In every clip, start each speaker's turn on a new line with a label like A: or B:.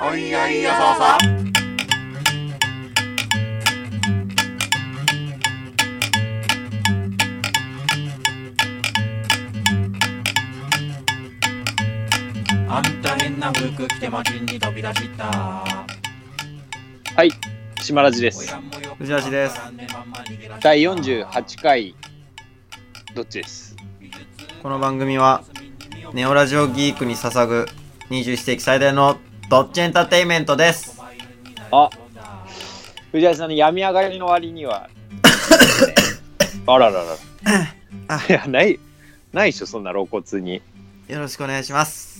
A: おいおいよそうそうあんた変な服着て街に飛び出した
B: はい、島ラジで
A: お
B: す
A: や。んもよく
C: 藤橋です
B: 第48回、どっちです。
C: この番組はネオラジオギークに捧ぐ21世紀最大のドッジエンターテインメントです
B: あ、藤原さんの病み上がりの割には、 あららら
C: あ。
B: いや、ない、ないでしょ、そんな露骨に。
C: よろしくお願いします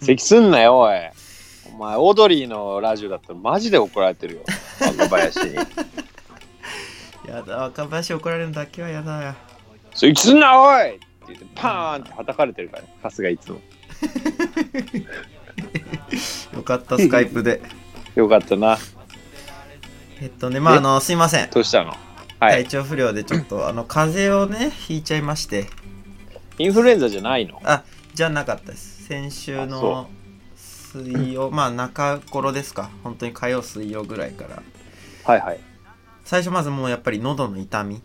B: 咳すんなよ、おい。お前、オードリーのラジオだったらマジで怒られてるよ、若林に。
C: やだ若林怒られるだけはやだよ
B: 咳すんな、おいって言って、パーンって叩かれてるから、春日いつも。
C: よかったスカイ プで
B: よかったな。
C: えっとねまあ
B: え
C: あのすいません
B: どうしたのはい
C: 体。調不良でちょっ とあの風邪をねひいちゃいまして
B: インフルエンザじゃないの
C: あじゃなかったです先週の水曜まあ中頃ですか本当に火曜水曜ぐらいから
B: はいはい。
C: 最初まずもうやっぱり喉の痛み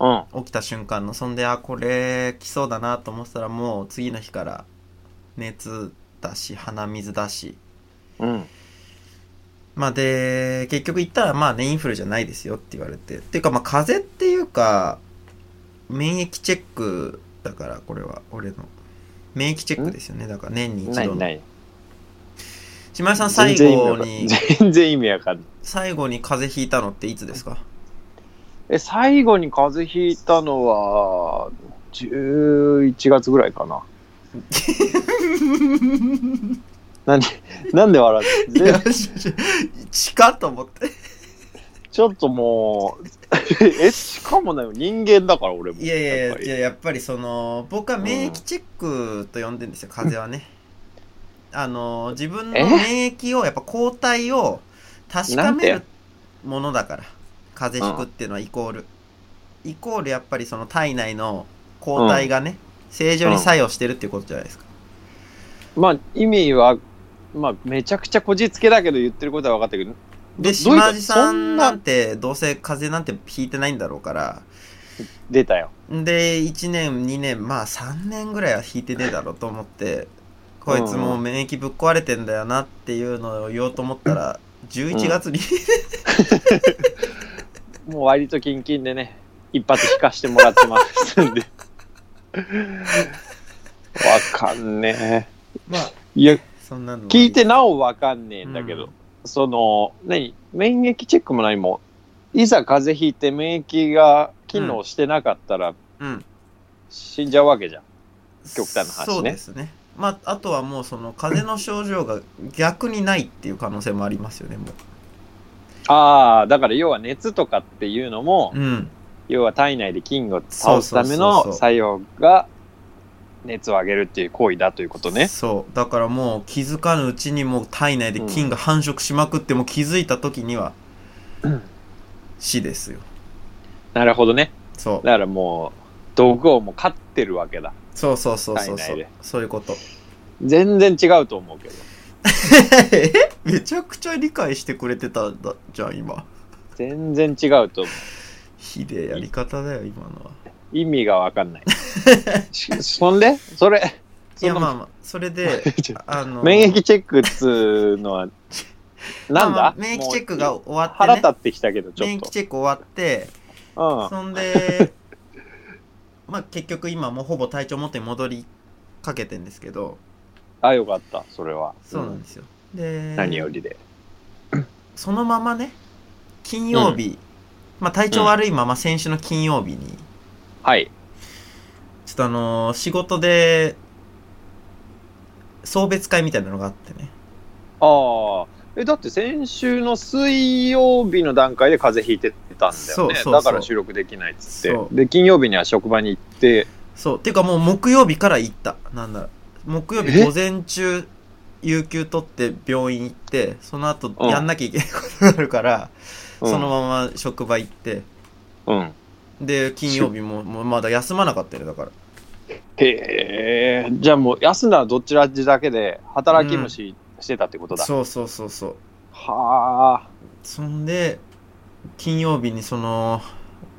B: うん。
C: 起きた瞬間のそんであこれ来そうだなと思ってたらもう次の日から熱だし鼻水だし
B: うん。
C: まあで結局行ったらまあねインフルじゃないですよって言われてっていうかまあ風邪っていうか免疫チェックだからこれは俺の免疫チェックですよねだから年に一
B: な
C: 度
B: い
C: の
B: ない。
C: 島井さん最後に
B: 全然意味わかんない。
C: 最後に風邪ひいたのっていつですか
B: え、最後に風邪ひいたのは、11月ぐらいか な。なんで、なんで笑う
C: いや
B: ぜ
C: 近っと思って
B: ちょっともう、え、しかもね、人間だから俺も。
C: いやいや
B: っぱ
C: い
B: り
C: や、やっぱりその、僕は免疫チェックと呼んでんですよ、風邪はね。あの、自分の
B: え
C: 免疫を、やっぱ抗体を確かめ
B: なん
C: るものだから、風邪ひくっていうのはイコール。イコールやっぱりその体内の抗体がね、正常に作用してるっていうことじゃないですか。
B: まあ、意味は、まあ、めちゃくちゃこじつけだけど言ってることは分かったけど、
C: で、
B: どどういうこ
C: 島
B: と
C: 地さ
B: そん
C: ん
B: な
C: なんて、どうせ風邪なんてひいてないんだろうから、
B: 出たよ。
C: で1年2年まあ3年ぐらいは引いてねえだろうと思ってこいつもう免疫ぶっ壊れてんだよなっていうのを言おうと思ったら11月に、
B: もう割とキンキンでね、一発引かしてもらってます んで。わかんね
C: まあ
B: え。いや、
C: そんなの
B: 聞いてなおわかんねえんだけど、
C: うん
B: その何免疫チェックも何もいざ風邪ひいて免疫が機能してなかったら
C: うん
B: 死んじゃうわけじゃん、極端な話ね
C: そうですねまああとはもうその風邪の症状が逆にないっていう可能性もありますよねも
B: ああだから要は熱とかっていうのも、
C: ううん
B: 要は体内で菌を倒すため
C: そうそうそう
B: の
C: そう
B: 作用が熱を上げるっていう行為だということね
C: そうだからもう気づかぬうちにもう体内で菌が繁殖しまくってもう気づいた時には
B: うん
C: 死ですよ
B: なるほどね
C: そう
B: だからもう毒をもう飼ってるわけだ
C: そうそうそうそうそ
B: 体内
C: う
B: で
C: そういうこと
B: 全然違うと思うけど
C: え めちゃくちゃ理解してくれてたんだじゃん今
B: 全然違うと思う
C: ひでえやり方だよ今のは
B: 意味がわか んない。しそんでそれ、
C: い
B: そ
C: や
B: の、
C: まあまあそれで
B: ちょ
C: あの
B: 免疫チェックっつうの は、
C: ま
B: な
C: あ
B: ん
C: まあ
B: だ
C: 免疫チェックが
B: もう
C: 終わって、ね、
B: 腹立ってきたけど、ちょ
C: 免
B: っ
C: 疫チェック終わって
B: と。
C: そん でまあ結局今もうほぼ体調元に戻りかけてんですけど
B: うん。あ、よかった、それは。
C: そうなんですよ、で
B: 何よりで。
C: そのままね金曜日、まあ体調悪いまま先週の金曜日に、
B: はい。
C: ちょっとあのー仕事で、送別会みたいなのがあってね。
B: ああ。え、だって先週の水曜日の段階で風邪ひいてたんだ
C: そ
B: よ
C: う
B: ね。
C: そうそう
B: だから収録できないっつっ
C: そう
B: て。で、金曜日には職場に行って、
C: そう。っていうかもう木曜日から行った。なんだろう。木曜日
B: え
C: 午前中、有給取って病院行って、その後
B: うん
C: やんなきゃいけないことがあるから、
B: うん、
C: そのまま職場行って、
B: うん。
C: で、金曜日ももうまだ休まなかったよ、だから。
B: へえ。じゃあもう、安菜はどちらっちだけで働き虫してたってことだ。
C: そうそうそうそう
B: はあ。
C: そんで金曜日にその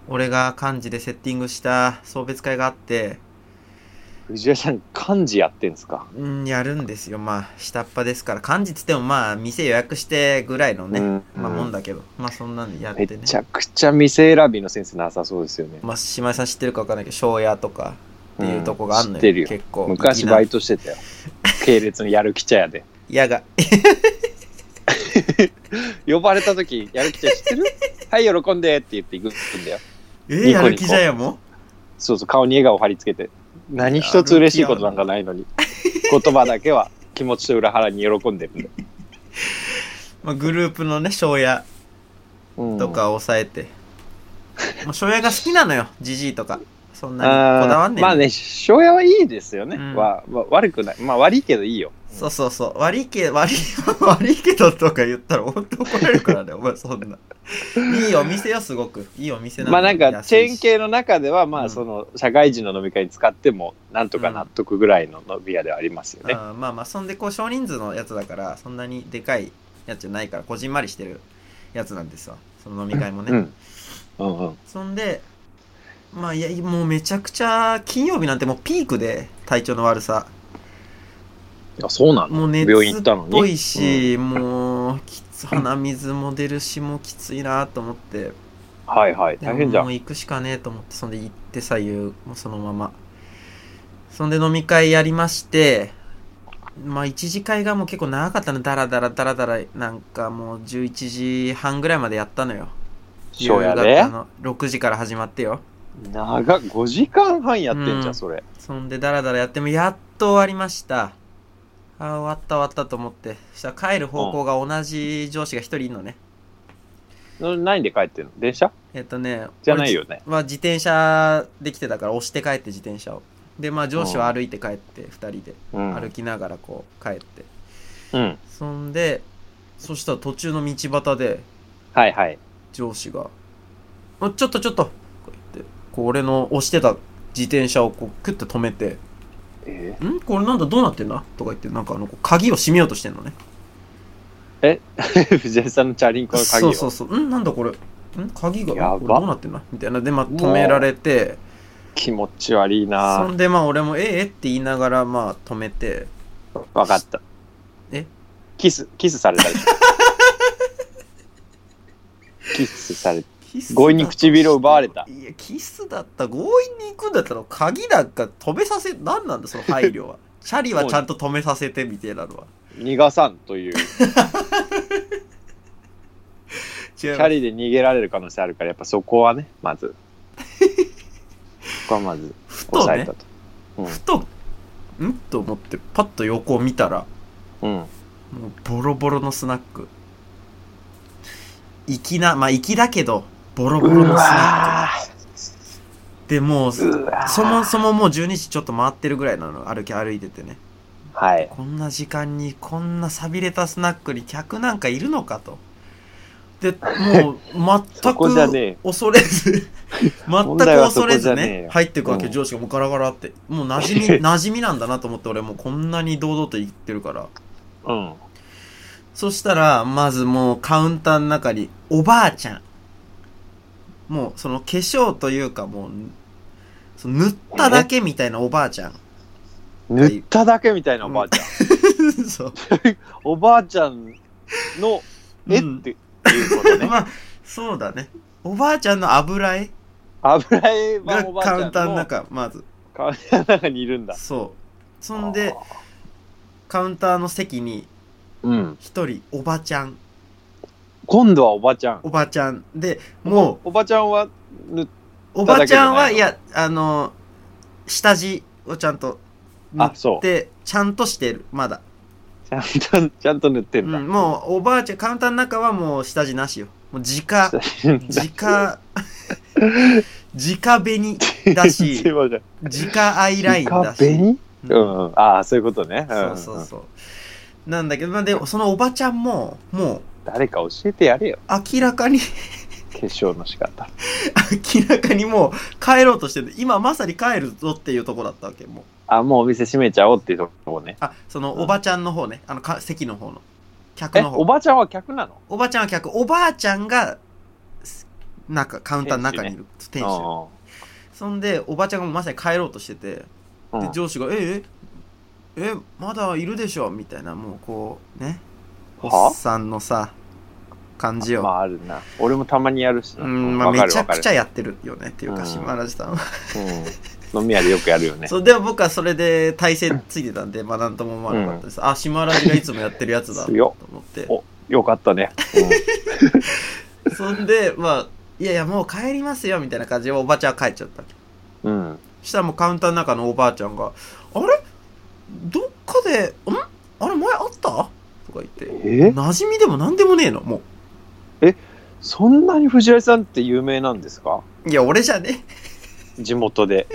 C: 俺が幹事でセッティングした送別会があって
B: 藤井さん、漢字やってんすか。
C: うんやるんですよまあ下っ端ですから幹事っつってもまあ店予約してぐらいのね、
B: うん
C: まあもんだけどまあそんなんやって
B: め
C: ね
B: ちゃくちゃ店選びのセンスなさそうですよね。
C: まあ島井さん知ってるかわかんないけど庄屋とかっていうとこがあんの
B: うん知
C: よ,、
B: ってるよ
C: 結構
B: 昔バイトして たよ。系列のやる気茶屋で。
C: やが
B: 呼ばれた時、やる気茶屋知 ってるはい、喜んでって言って行くんだよ。
C: え
B: ニコニコ
C: やる気じゃやも
B: そうそう、顔に笑顔貼り付けて。何一つ嬉しいことなんかないのに。言葉だけは気持ちと裏腹に喜んでるんだよ。
C: まあ、グループのね庄屋
B: うん
C: とかを抑えて、まあ庄屋が好きなのよじじいとかそんなに
B: あー
C: こだわんねん
B: まあね、庄屋はいいですよね。
C: うん
B: わわ悪くない。まあ悪いけどいいよ。
C: そうそうそう悪いけ 悪い悪いけどとか言ったら本当怒られるからねお前そんないいお店よすごくいいお店な
B: まあなんかチェーン
C: 系
B: 系の中ではま
C: う
B: あ
C: ん
B: その社会人の飲み会に使ってもなんとか納得ぐらいの飲み屋ではありますよね。
C: あーまあまあそんでこう少人数のやつだからそんなにでかいやつじゃないからこじんまりしてるやつなんですわその飲み会もね、
B: うん。うんうん。
C: そんでまあいやもうめちゃくちゃ金曜日なんてもうピークで体調の悪さ
B: あそうな
C: も
B: の
C: う熱
B: 病院行ったの
C: っ
B: に。
C: ぽいし、もうきつ鼻水も出るしもうきついなと思って
B: はいはい。
C: で
B: 大変じゃ
C: も
B: ん。
C: う行くしかねえと思ってそんで行ってさ言うもうそのままそんで飲み会やりましてまあ一次会がもう結構長かったのダラダラダラダラなんかもう11時半ぐらいまでやったのよ
B: 庄屋
C: 夕
B: で
C: 方の6時から始まってよ
B: 長っ5時間半やってんじゃん、
C: うん
B: それ。
C: そんでダラダラやってもやっと終わりましたあー終わった終わったと思ってそしたら帰る方向が同じ上司が一人いるのね
B: な何で帰ってんの電車
C: えっとね
B: じゃないよね。
C: まあ、自転車できてたから押して帰って自転車をでまあ上司は歩いて帰って2人で
B: うん。
C: 歩きながらこう帰って、
B: うん。
C: そんでそしたら途中の道端で
B: はいはい。
C: 上司が「おちょっとちょっと」こう言ってこう俺の押してた自転車をこうクッと止めて
B: え
C: 「んこれなんだどうなってんだ?」とか言ってなんかあのこう鍵を閉めようとしてんのね
B: ー 藤井さんのチャリンコの鍵
C: そ
B: を。
C: うそうそう「んなんだこれん鍵が
B: やば
C: これどうなってんだ?」みたいなでまあ止められて
B: 気持ち悪い
C: そ
B: なん
C: でまあ俺も「えええって言いながらまあ止めて
B: わかった。
C: え
B: キス、キスされた り。キスされ
C: キスだと
B: 強引に唇を奪われた
C: いやキスだった強引に行くんだったら鍵なんか止めさせ何なんだその配 慮はチャリはちゃんと止めさせてみたいなのは
B: 逃がさんという、
C: 違
B: チ
C: う
B: ャリで逃げられる可能性あるから、やっぱそこはね、まず。そこはまず、
C: ふと
B: 抑え
C: ね
B: たと。
C: ふとんと思ってパッと横を見たら
B: うん。
C: もうボロボロのスナック粋なまあ粋だけどボロボロのス
B: う
C: ナッ
B: わ
C: クでもう
B: ーうわー
C: そもそももう12時ちょっと回ってるぐらいなの歩き歩いててね
B: はい。
C: こんな時間にこんな寂れたスナックに客なんかいるのかと。 で、もう全
B: そこじゃねえ
C: く恐 れず、全
B: 問
C: く
B: 題はそ
C: 恐
B: こ
C: れ
B: じ
C: ず
B: ゃねえ
C: ね
B: よ、
C: 入ってくわけ、
B: うん
C: 上司がもうガラガラって。もう馴染 み、馴染みなんだなと思って、俺もうこんなに堂々と言ってるから。
B: うん。
C: そしたら、まずもうカウンターの中に、おばあちゃん。もうその化粧というか、もう、その塗っただけみたいなおばあちゃん。
B: 塗っただけみたいなおばあちゃん。
C: そう。
B: おばあちゃんの、え
C: うん
B: っていうこと ね。
C: まあ、そうだね。おばあちゃんの油絵
B: 油絵
C: が
B: 版おばあちゃ
C: カ
B: ん
C: ウ
B: の
C: ンターの中、まず。
B: カウンターの中にいるんだ。
C: そう。そんで、カウンターの席に
B: うん。
C: 一人、おばちゃん、
B: 今度はおばちゃん。
C: おばちゃん。で、も
B: おばちゃんは塗っ
C: う、おばちゃ
B: た
C: んは、
B: だけ
C: い
B: じゃ
C: や、あの、下地をちゃんと塗
B: あ
C: っ
B: そう
C: て、ちゃんとしてる、まだ。
B: ちゃんと、ちゃんと塗って
C: うん
B: だ。
C: ん、もう、おばあちゃん、カウンターの中はもう下地なしよ。もう、直、 直、直紅だ
B: すい
C: し、
B: ません。
C: 直アイラインだし。
B: 紅
C: う
B: うんんうん。ああ、そういうことね。
C: そうそうそう。なんだけど、まあ、で、そのおばちゃんも、もう、
B: 誰か教えてやれよ。
C: 明らかに、
B: 結晶の仕方。
C: 明らかにもう帰ろうとしてる今まさに帰るぞっていうとこだったわけもう
B: あ、もうお店閉めちゃおうっていうとこね。
C: あそのおばちゃんの方ねあのか席の方の客
B: え、
C: の
B: お
C: 方
B: ばちゃんは客なの
C: おばちゃんは客おばあちゃんがす中カウンターの中にいる店主,、そんでおばちゃんがもうまさに帰ろうとしてて
B: うんうん
C: で上司が「えええまだいるでしょ」みたいなもうこうねお
B: は
C: っさんのさ感じよ、
B: まああるな。俺もたまにやるしな。
C: うんまあ、
B: わか
C: め
B: る
C: ちゃ
B: わか
C: く
B: る
C: ちゃやってるよねっていうか
B: うん
C: 島原さんは
B: うん飲み屋でよくやるよね。
C: そうでも僕はそれで体勢ついてたんで、まあなんとも思わなかったです。あ、島ラジがいつもやってるやつだと
B: 強
C: 思って。
B: よかったね。
C: そんで、まあ、いやいや、もう帰りますよみたいな感じでおばちゃんは帰っちゃった。
B: うん。うん。
C: したらもうカウンターの中のおばあちゃんが、あれどっかで、んあれ前あったとか言って。
B: え
C: 馴染みでも何でもねえの、も
B: そんなに藤井さんって有名なんですか
C: う。いや、俺じゃね
B: 地元で。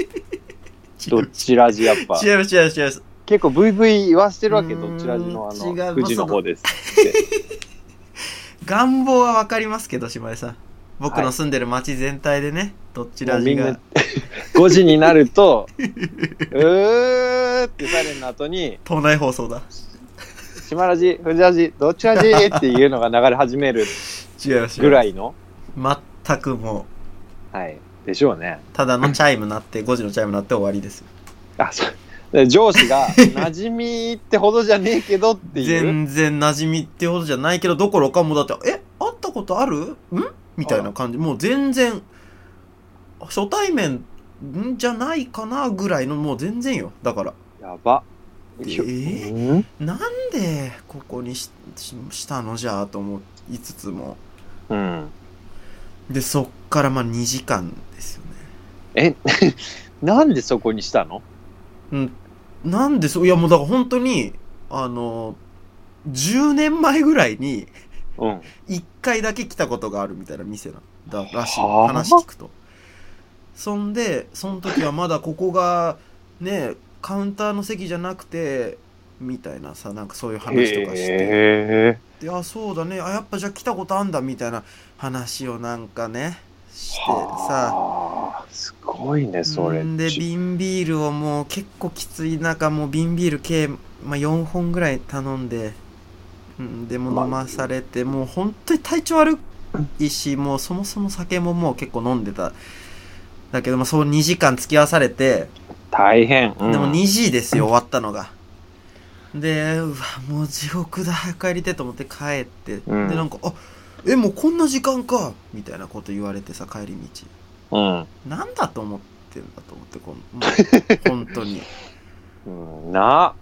C: 違
B: ど
C: う
B: ちらじやっぱ。
C: 違う違う違う。
B: 結構ブイブイ言わせてるわけ、
C: うーん
B: どちらじのあ
C: 違いま
B: の、
C: す
B: 富士の方です。
C: 願望はわかりますけど、島根さん。僕の住んでる町全体でね、どっち
B: も
C: ら
B: う
C: じ
B: みん
C: が
B: な。、5時にな ると、うーってサイレンの後に、
C: 島内放送だ。
B: 島ラジ、藤ラジ、どちらじっていうのが流れ始める
C: 違う違う。
B: ぐらい の、
C: 全くも
B: はい、でしょうね
C: う。ただのチャイムなって5時のチャイムなって終わりですよ
B: あ、そう。で上司が、馴染みってほどじゃねえけどっていう。
C: 全然馴染みってほどじゃないけどどころかもうだって「え会ったことあるん?」みたいな感じもう全然初対面んじゃないかなぐらいのもう全然よだから
B: やば。
C: え
B: きょ
C: ー
B: うん
C: なんでここにしししたのじゃあと思いつつも
B: うん。
C: でそっからまあ2時間ですよね
B: え、 なんでそこにしたの
C: うん、なんでそういやもうだから本当にあの10年前ぐらいに
B: うん。
C: 1回だけ来たことがあるみたいな店なんだらしい
B: はあ
C: 話聞くとそんでその時はまだここがねカウンターの席じゃなくてみたいなさなんかそういう話とかして
B: へ
C: であそうだねあやっぱじゃあ来たことあんだみたいな話をなんかねして
B: ー
C: さ
B: はあすごいね、それ。
C: んで
B: ち
C: 瓶ビールをもう結構きつい中もう瓶ビール計、まあ、4本ぐらい頼んで、うん、でも飲まされてもう本当に体調悪いしもうそもそも酒ももう結構飲んでただけどもそう2時間付き合わされて
B: 大変。うん
C: でも2時ですよ終わったのが。でうわもう地獄だ早く帰りてえと思って帰って、
B: うん
C: でなんか「あえもうこんな時間か」みたいなこと言われてさ帰り道。
B: うん。
C: なんだと思ってんだと思ってこのもう本当に
B: うん な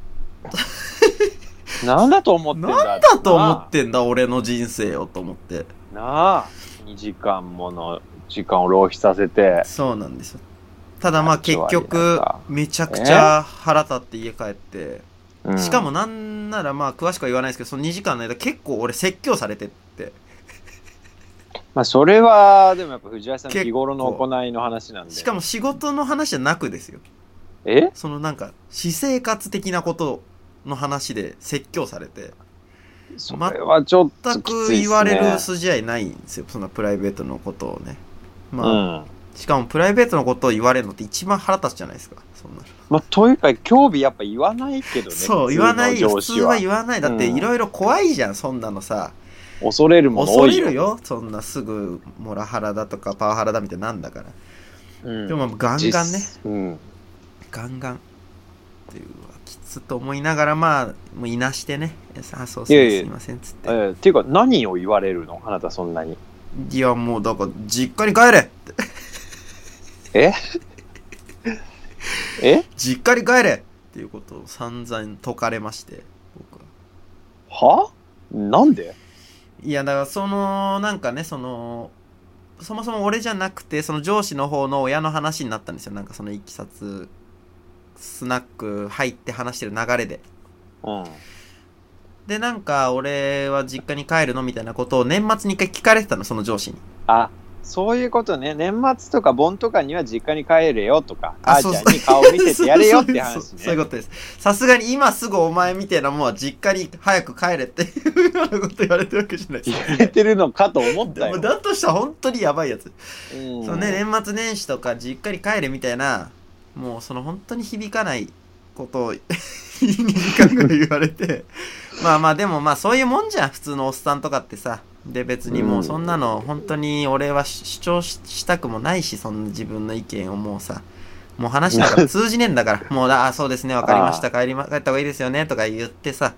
B: なんだと思ってんだ
C: なんだと思ってんだ俺の人生をと思って
B: ななあ2時間もの時間を浪費させて
C: そうなんですよただまあ結
B: なん
C: 局
B: か
C: めちゃくちゃ腹立って家帰って
B: うん
C: しかもなんならまあ詳しくは言わないですけどその2時間の間結構俺説教されてって
B: まあそれはでもやっぱ藤原さんの
C: 結構
B: 日頃の行いの話なんで
C: しかも仕事の話じゃなくですよ
B: え
C: そのなんか私生活的なことの話で説教されて
B: それはちょっと
C: 全
B: き
C: く
B: ついっすね
C: 言われる筋合いないんですよそんなプライベートのことをね
B: う
C: まあ、
B: ん
C: しかもプライベートのことを言われるのって一番腹立つじゃないですかそんなの、
B: まあというか興味やっぱ言わないけどね
C: そう言わないよ
B: 普
C: 普
B: 通の
C: 通
B: 上
C: は
B: 司は
C: 言わないだって
B: うん
C: いろいろ怖いじゃんそんなのさ
B: 恐れるもの
C: 恐
B: 多い
C: れるよそんなすぐモラハラだとかパワハラだみたいなんだから、
B: うん
C: でもまあガンガンね
B: 実うん
C: ガンガンっていうわきつと思いながらまあもういなしてねあそうそうす
B: いやいや
C: いませんっつって
B: えーっていうか何を言われるのあなたそんなに
C: いやもうだから実家に帰れ
B: え
C: 実家に帰れっていうことを散々解かれまして僕は
B: はなんで
C: いやだからそのなんかねそのそもそも俺じゃなくてその上司の方の親の話になったんですよなんかそのいきさつスナック入って話してる流れで
B: うん
C: でなんか俺は実家に帰るのみたいなことを年末に一回聞かれてたのその上司に
B: あそういうことね、年末とか盆とかには実家に帰れよとか、あ
C: あ
B: ー
C: そう
B: ち
C: そ
B: ゃ
C: うん
B: に顔見ててやれよって
C: そう
B: 話
C: そうそういう
B: ね。
C: ことです。さすがに今すぐお前みたいなもう実家に早く帰れっていうようなこと言われてるわけじゃないです
B: 言われてるのかと思った
C: でも
B: よ。
C: だとしたら本当にやばいやつ。
B: うん
C: そうね、年末年始とか実家に帰れみたいな、もうその本当に響かないことを 2時間ぐらい言われて、まあまあでもまあそういうもんじゃん、普通のおっさんとかってさ。で別にもうそんなの本当に俺はし主張ししたくもないし、そんな自分の意見をもうさ、もう話なんか通じねえんだから、もうああそうですね、わかりました、帰りま、帰った方がいいですよねとか言ってさ、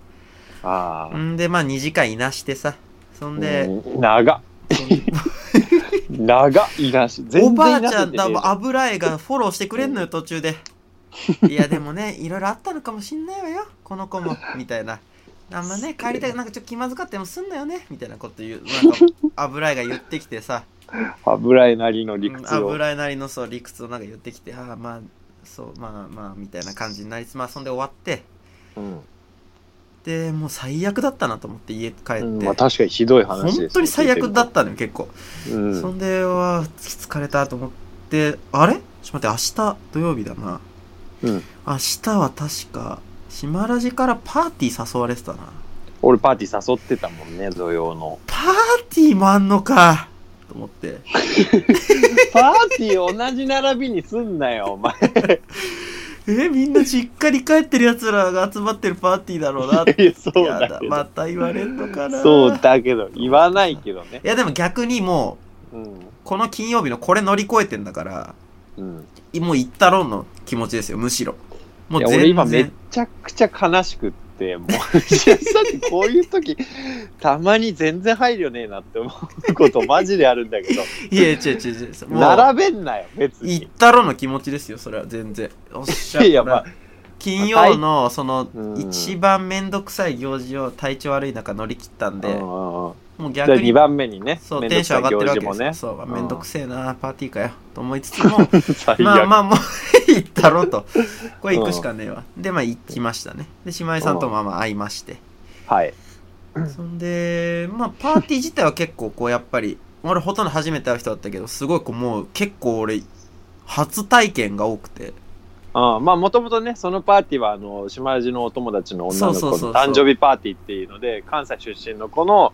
B: ああ。
C: んでまあ2時間いなしてさ、そんで、
B: うん長っ。長っ。いなし。全然
C: おばあ
B: いな
C: ち
B: しっ
C: ゃ
B: て
C: ん
B: ね
C: だも油絵がフォローしてくれんのよ途中でいやでも ねいろいろあったのかもしんないわよこの子もみたいなあんまね帰りたいなんかちょっと気まずかったりもすんなよねみたいなこと言うなんか油絵が言ってきてさ
B: 油絵なりの理
C: うん
B: 屈を。
C: 油絵なりのそう理屈をなんか言ってきてああまあそうまあまあみたいな感じになりつつまあそんで終わって
B: うん。
C: でもう最悪だったなと思って家帰って、
B: うんまあ確かにひどい
C: 本
B: 話です。
C: 当に最悪だったのよ結構
B: うん。
C: そんでは疲れたと思ってあれちょっと待って明日土曜日だな、
B: うん
C: 明日は確か島ラジからパーティー誘われてたな
B: 俺パーティー誘ってたもんね、土曜 の。
C: パーティーもあんのかと思って
B: パーティー同じ並びにすんなよ、お前。
C: えみんな実家に帰ってるやつらが集まってるパーティーだろうなって
B: いや そう
C: や
B: だ
C: だ
B: けど。
C: また言われんのかな
B: そうだけど、言わないけどね。
C: いやでも逆にも
B: うん
C: う。この金曜日のこれ乗り越えてんだから
B: うん。
C: もう行ったろうの気持ちですよむしろも
B: いや、俺今めちゃくちゃ悲しくって、もう、 石橋さんってこういう時、たまに全然配慮ねえなって思うことマジであるんだけど、
C: いや違う違う違うもう
B: 並べんなよ、別
C: 行っ
B: に。
C: たろの気持ちですよそれは全然おっしゃ
B: いや
C: ほら
B: ま
C: 金曜のその
B: うん
C: 一番めんどくさい行事を体調悪い中乗り切ったんで、
B: うんうんうん
C: もう
B: で、
C: 逆に
B: 2番目にね、
C: そう
B: めん
C: テ
B: ど
C: ン
B: く
C: ショ
B: さ
C: ン上
B: い
C: がっ
B: 行事
C: てるわけで
B: も
C: すよ、
B: ね。
C: そう
B: うん
C: めんどくせえなパーティーかよと思いつつ も
B: 最悪。
C: まあまあもう行ったろとこれ行くしかねえわ、でまあ行きましたねで姉妹さんとまあまあ会いまして、
B: はい。
C: そんでまあパーティー自体は結構こうやっぱり俺ほとんど初めて会う人だったけどすごいこうもう結構俺初体験が多くて
B: うん、まあもともとねそのパーティーはあの島ラジのお友達の女の子
C: そうそうそ
B: の
C: うそう
B: 誕生日パーティーっていうので関西出身の子の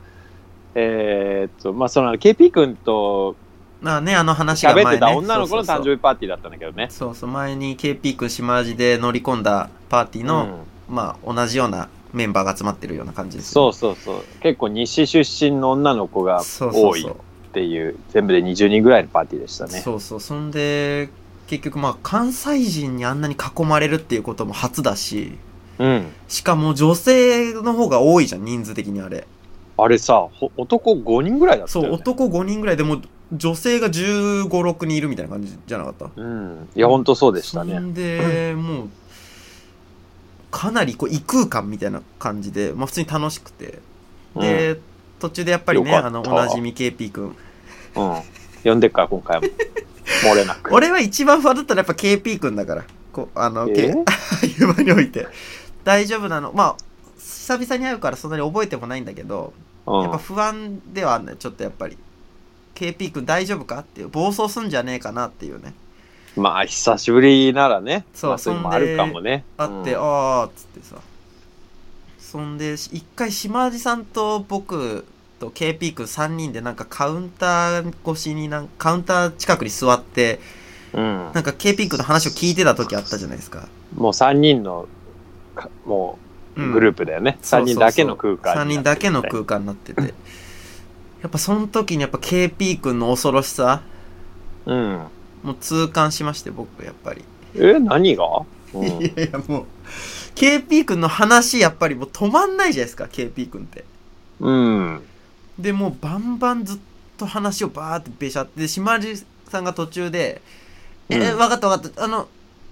B: えーっとまあその KP 君と
C: まあね、あの話が前、ね、
B: 喋ってた女の子の誕生
C: 日
B: 日パーティーだったんだけどね
C: そうそう前に KP 君島味で乗り込んだパーティーの、まあ同じようなメンバーが集まってるような感じ
B: うん
C: です、
B: そうそうそう結構西出身の女の子が
C: そうそ
B: 多
C: う
B: い
C: そう
B: っていう全部で20人ぐらいのパーティーでしたね
C: そうそうそんで結局まあ関西人にあんなに囲まれるっていうことも初だし
B: うん
C: しかも女性の方が多いじゃん人数的にあれ
B: あれさほ男5人ぐらいだった
C: そ
B: よ、
C: う
B: ね、
C: 男5人ぐらいでもう女性が1 5 6人いるみたいな感じじゃなかった
B: うんいやほんとそうでした
C: そ
B: ね
C: んで、もうかなりこう異空間みたいな感じで、まあ、普通に楽しくてで、途中でやっぱりね
B: よかった
C: あのおなじみ KP 君
B: うん、うん、呼んでっから今回も漏れなく
C: 俺は一番不安だったらやっぱ KP 君だからこうあの、
B: え
C: K- ああ いう場において大丈夫なのまあ久々に会うからそんなに覚えてもないんだけど、
B: うん
C: やっぱ不安ではあんねちょっとやっぱり KP 君大丈夫かっていう暴走すんじゃねえかなっていうね
B: まあ久しぶりならね
C: そう
B: まあ、そういうのもあるかもね
C: あって、
B: うん
C: あーっつってさそんでし一回島地さんと僕と KP 君3人でなんかカウンター越しになんカウンター近くに座って
B: うん
C: なんか KP 君の話を聞いてた時あったじゃないですか、
B: もう3人のかもうグルー
C: プ
B: プだよね、三3人だけの空間
C: 3人だけの空間になってて やっぱその時にやっぱ KP 君の恐ろしさ
B: うん
C: もう痛感しまして僕やっぱり、
B: え何が、うん
C: いやいやもう KP 君の話やっぱりもう止まんないじゃないですか KP 君って
B: うん、
C: でもうバンバンずっと話をバーってべしゃってで島地さんが途中で「え
B: うん
C: 分かった分かったあの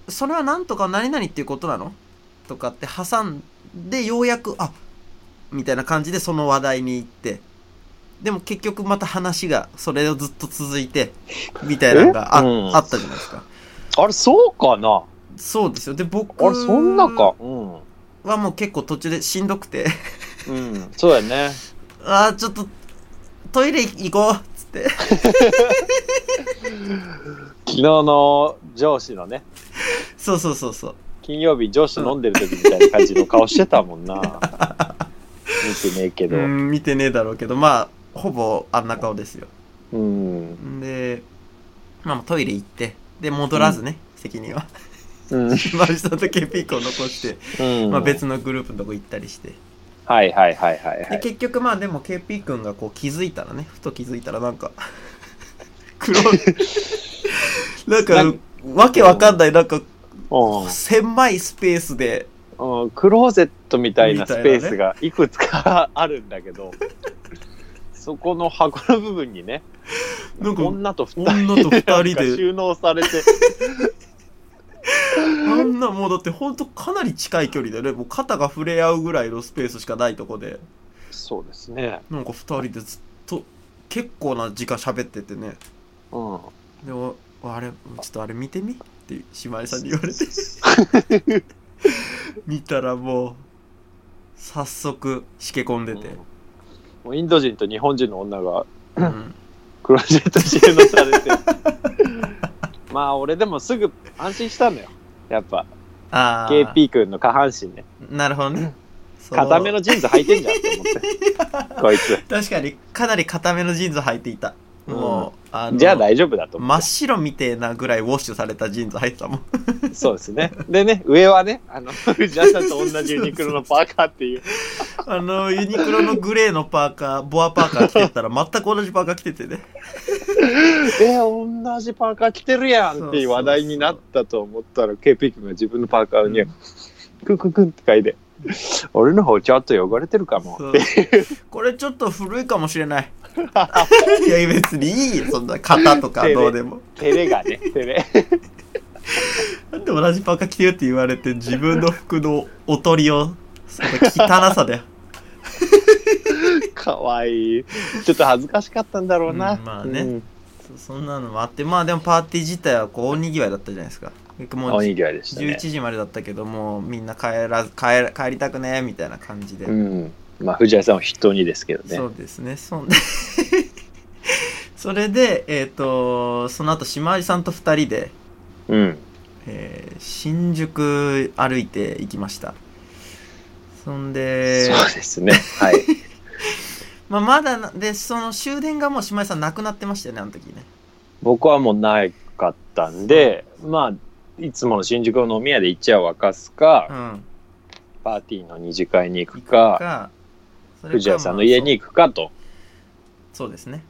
C: それはなんとか何々っていうことなの?」とかって挟んでようやく「あみたいな感じでその話題に行ってでも結局また話がそれをずっと続いてみたいなのがあ,、
B: えうん
C: あったじゃないですか
B: あれそうかな
C: そうですよで僕
B: あれそんなかうん、
C: はもう結構途中でしんどくて
B: うん、そうやね
C: あーちょっとトイレ行こうっつっって。
B: 昨日の上司のね、
C: そうそうそうそう。
B: 金曜日上司飲んでる時みたいな感じの顔してたも んな。見てねえけど。
C: う、
B: うん
C: 見てねえだろうけど、まあ、ほぼあんな顔ですよ。
B: ん。
C: で、まあ、トイレ行って、で、戻らずね、責任は。
B: うん。
C: マルシさんとケピーコを残して、
B: うん。
C: まあ、別のグループのとこ行ったりして。
B: はいはいはいはい、は
C: で
B: い。
C: 結局まあでも KP 君がこう気づいたらねふと気づいたらなんか 黒いなんか
B: なん
C: わけわかんないなんか
B: うん
C: 狭いスペースで
B: うんクローゼットみたいな
C: みたい
B: ス
C: なね
B: ペースがいくつかあるんだけ ど、そこの箱の部分にね、
C: なんか
B: 女と二人
C: 女と二人
B: が
C: で
B: 収納されて、
C: あんなもうだってほんとかなり近い距離でねもう肩が触れ合うぐらいのスペースしかないとこで
B: そうですね。
C: なんか二人でずっと結構な時間喋っててね
B: うん。
C: でおあれちょっとあれ見てみって島根さんに言われて見たらもう早速しけ込んでて、
B: もうインド人と日本人の女が
C: うん
B: クローゼット収納され て、まあ俺でもすぐ安心したのよ。やっぱ
C: ああ
B: KP 君の下半身ね、
C: なるほどねそう
B: 固めのジーンズ履いてんじゃんって思っ て、こいつ、
C: 確かにかなり固めのジーンズ履いていたもう、あの
B: じゃあ大丈夫だと思
C: 真
B: っ
C: っ白みてえなぐらいウォッシュされたジーンズ履いてたもん
B: て、そうですね。でね、上はね、あの、 藤原さんと同じユニクロのパーカーって いう、
C: あのユニクロのグレーのパーカーボアパーカー着てったら全く同じパーカー着ててね
B: え、同じパーカー着てるやんっていう話題になったと思ったら、KP 君が自分のパーカーに、クンクンクンって書いて、俺の方ちょっと汚れてるかも
C: そ
B: っ
C: う
B: て。
C: これちょっと古いかもしれない いや別にいいよそんな型とかどうでも
B: 照れ がね、照れ。
C: なんで同じパーカー着てるって言われて自分の服のおとりをその汚さで
B: かわいい。ちょっと恥ずかしかったんだろうな。
C: うんまあね
B: うん
C: そそんなのもあってまあでもパーティー自体はこう大にぎわいだったじゃないですかも
B: お
C: う
B: にぎわいでした
C: 11
B: ね。
C: 時までだったけどもうみんな帰らず帰ら帰りたくねみたいな感じで、
B: うん。まあ、藤原さんは筆頭にですけどね。
C: そうです ねそんそれでえっ、とその後しまわりさんと2人で、
B: うん。
C: えー新宿歩いていきましたそんで
B: そうですね。はい。
C: まあ、まだなでその終電がもう島井さんなくなってましたよねあの時ね
B: 僕はもうなかったんで、まあ、いつもの新宿の飲み屋で一夜を沸かすか、
C: うん
B: パーティーの二次会に行
C: 行
B: く
C: く
B: か、
C: かそれか
B: 藤原さんの家に行くかと。
C: そうそうですね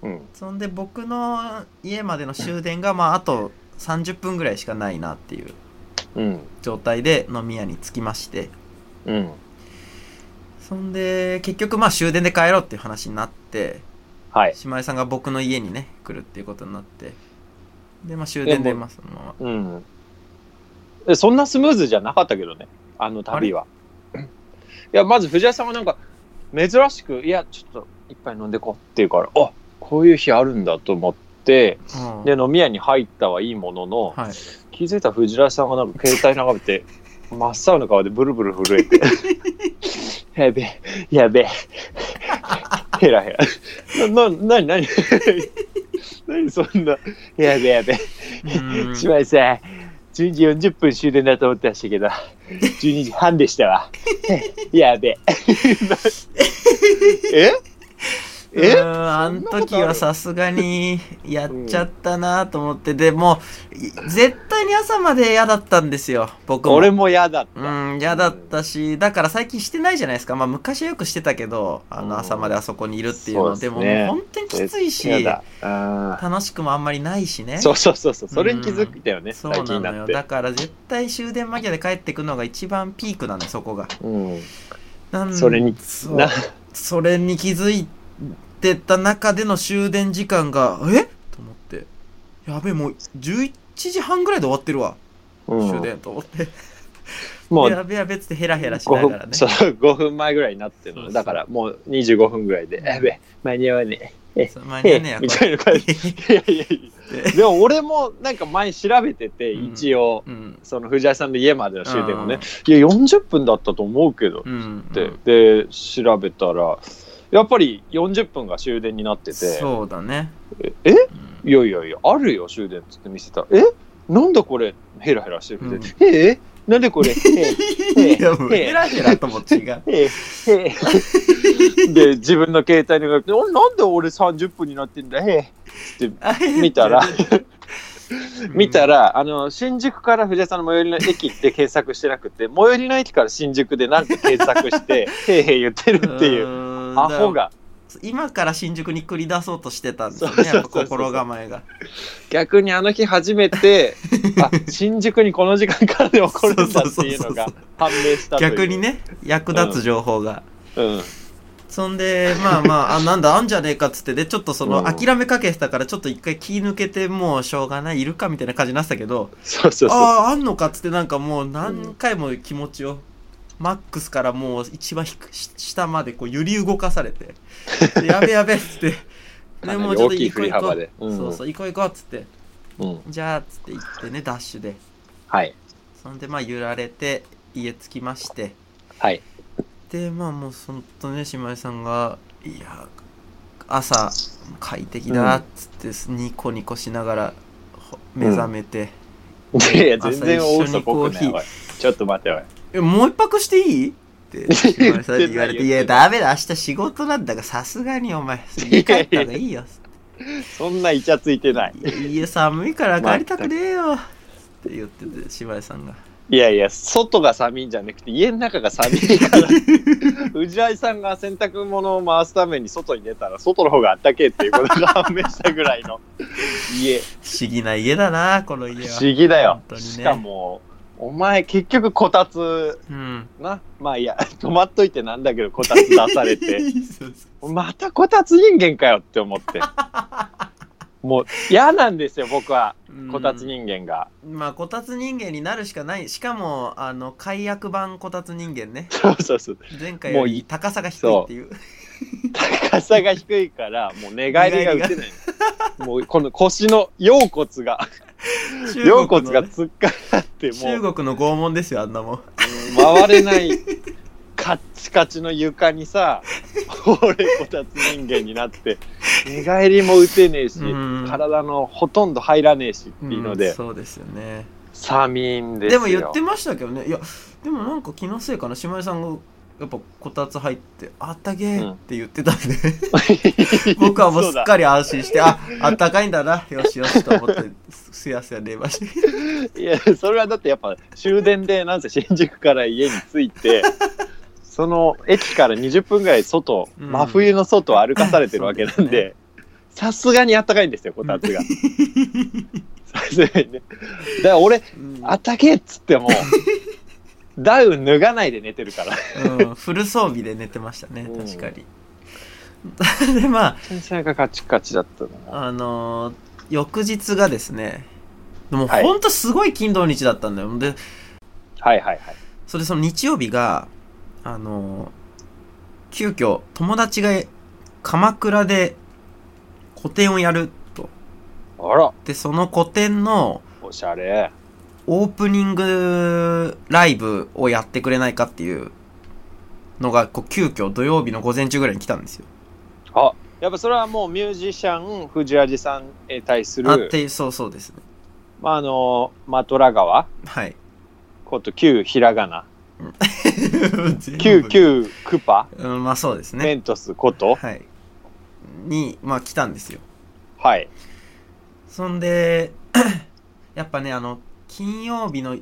B: うん。
C: そんで僕の家までの終電がまああと30分ぐらいしかないなっていう
B: うん。
C: 状態で飲み屋に着きまして
B: うん。
C: そんで結局まあ終電で帰ろうっていう話になって
B: はい。
C: 島井さんが僕の家にね来るっていうことになってでまあ終電
B: で
C: で
B: も
C: まあそのまま
B: うん。えそんなスムーズじゃなかったけどね、あの旅は。いや、まず藤原さんはなんか、珍しく、いや、ちょっと一杯飲んでこうっていうから、あこういう日あるんだと思って、
C: うん
B: で、飲み屋に入ったはいいものの、
C: はい
B: 気づいた藤原さんがなんか携帯眺めて、真っ青な顔でブルブル震えて、 やべえ、やべえ、 ヘラヘラ。な、な、なになに何そんな、やべえやべえ。
C: うん
B: しまいさん、12時40分終電だと思ってましたけど、12時半でしたわ。 やべ え。え
C: う
B: え
C: ーんあん時はさすがにやっちゃったなと思って、でもい絶対に朝まで嫌だったんですよ僕も
B: 俺も嫌だっ
C: う
B: た。
C: ん嫌だったしだから最近してないじゃないですかまあ昔はよくしてたけどあ
B: うん
C: の朝まであそこにいるっていうの
B: そうで
C: ですも
B: ね
C: もう本当にきついし
B: 嫌だ。あ
C: 楽しくもあんまりないしね
B: ーそうそうそうそう、それに気づいたよね、
C: そう
B: 最近
C: な
B: にな
C: の
B: っ
C: よ
B: て
C: だ。から絶対終電間際で帰ってくのが一番ピークなのよそこが
B: うん、
C: なん
B: それに
C: そう
B: な
C: それに気づいてた中での終電時間が、えと思って。やべえ、もう11時半ぐらいで終わってるわ。
B: うん
C: 終電と思って。
B: もう
C: やべえやべえっつってヘラヘラしなが
B: 5
C: ら
B: 分
C: ね。
B: そう5分前ぐらいになってる
C: そう
B: の
C: そう
B: だからもう25分ぐらいで、やべえ、間に合わね
C: そう間
B: え、
C: に合
B: へ
C: わ
B: え
C: ねえや、
B: みたいな感じ。いやいやいや、でも俺もなんか前調べてて、
C: うん
B: 一応。
C: うん。
B: その藤井さんの家までの終電もね
C: あ、
B: いや、40分だったと思うけど、
C: うん。
B: って、で、調べたら、やっぱり40分が終電になってて、
C: そうだね。
B: え
C: うん
B: いやいやいや、あるよ、終電っつって見せたら、えなんだこれ、ヘラヘラしてるみたいな、ええなんでこれ、えええ
C: いや、もうヘラヘラとも違う。
B: ええええで、自分の携帯にが、おなんで俺30分になってんだ、ええ見たら、見た
C: ら、
B: ら、あの、新宿から藤井さんの最寄りの駅って検索してなくて、最寄りの駅から新宿でなんて検索 して、へいへい言ってるっていう、
C: う
B: アホ。が。
C: 今から新宿に繰り出そうとしてたんですよ
B: そう
C: ね、
B: そうそ
C: や
B: う
C: っぱ心構えが。
B: 逆にあの日初め て、あ、新宿にこの時間からで起こるんだっていうのが
C: そうそうそう
B: 判明したという
C: 逆に。ね、役立つ情報が。
B: うん。
C: そんで、まあまあ、あ、なんだ、あんじゃねえかっつって、で、ちょっとその、
B: うん
C: 諦めかけてたから、ちょっと一回気抜けて、もうしょうがない、いるかみたいな感じになってたけど、
B: そうそうそう。
C: ああ、あんのかっつって、なんかもう何回も気持ちを、マックスからもう一番低くし下までこう揺り動かされ て、でやべやべっつって、
B: かなり
C: もうちょっと
B: 大きい
C: 行こ
B: 振
C: う
B: り
C: 行こ
B: 幅
C: う
B: で。。うん
C: そうそう、行こう行こうっつって、
B: うん。
C: じゃあっつって行ってね、ダッシュで。
B: はい。
C: そんで、まあ揺られて、家着きまして、
B: はい。
C: でまあもうそのとね姉妹さんが「いや朝快適だ」っつって、ニコニコしながらほ目覚めて、
B: いやいや、全然大嘘
C: 朝一緒にコー
B: 僕
C: ヒー
B: ね、おいちょっと待って、おい。
C: えもう一泊していい?」って姉妹さんに言われて「い
B: 言
C: や
B: ってた
C: ダメだ明日仕事なんだからさすがにお前家帰った方がいいよ」
B: そんなイチャついてない。
C: いや家寒いから帰りたくねえよ」って言ってて姉妹さんが
B: いやいや、外が寒いんじゃなくて、家の中が寒い から。藤井さんが洗濯物を回すために外に出たら、外の方があったけえっていうことが判明したぐらいの家。
C: 不思議な家だなこの家
B: 不
C: は
B: 思議だよ
C: 本。当にね
B: しかも、お前結局こたつ
C: うん
B: な。まあいいや、止まっといてなんだけど、こたつ出されて。
C: そうそう
B: またこたつ人間かよって思って。もう嫌なんですよ、僕は。
C: うん
B: こたつ人間が。
C: まあこたつ人間になるしかないしかもあの解約版こたつ人間ね
B: そうそうそう。
C: 前回よ
B: もう
C: り
B: い
C: 高さが低いっていう
B: 高さが低いから、もう寝返りが打てない。もうこの腰の腰骨が、 腰
C: 国
B: 骨
C: の
B: が
C: ね
B: つっかかって、もう
C: 中国の拷問ですよあんなもん
B: 回れない、カッチカチの床にさ、俺こたつ人間になって、寝返りも打てねえし
C: うん、
B: 体のほとんど入らねえしっていうの
C: うん
B: で、
C: そうですよね
B: 寒いんです
C: で
B: よ。
C: も言ってましたけどねいやでもなんか気のせいかな島根さんがやっぱこたつ入ってあったけーって言ってたんで、 僕はもうすっかり安心してああったかいんだなよしよしと思ってすやすや寝ました
B: いや、それはだってやっぱ終電で、なんせ新宿から家に着い て、その駅から20分ぐらい外、
C: うん
B: 真冬の外を歩かされてるわけな
C: そ
B: ん
C: うで
B: で、さすがにあったかいんですよ、こたつが。さすがにね。だから俺、
C: うん
B: あったけえっつっても、ダウン脱がないで寝てるから。
C: うん、フル装備で寝てましたね、
B: うん
C: 確かに。 で、ま
B: 先生がカチカチだった
C: あ、
B: な。
C: あのー翌日がですね、でも
B: はい
C: ほんとすごい金土日だったんだよ。で、
B: はいはいはい。
C: それでその日曜日が、あのー急遽友達が鎌倉で個展をやると。
B: あら、
C: で、その個展の
B: おしゃれ。
C: オープニングライブをやってくれないかっていうのが、こう急遽土曜日の午前中ぐらいに来たんですよ。
B: あ、やっぱそれはもうミュージシャン、藤あじさんに対す
C: あっ
B: る、
C: て、そうそうですね。
B: まあ、あの、マトラ川
C: はい。
B: こと旧ひらがな旧
C: 九九
B: 旧クパ、
C: うん、まあそうです
B: メ
C: ね。
B: ントスこと
C: はい。に、まあ来たんですよ。
B: はい
C: そんで、 やっぱね、あの、金曜日の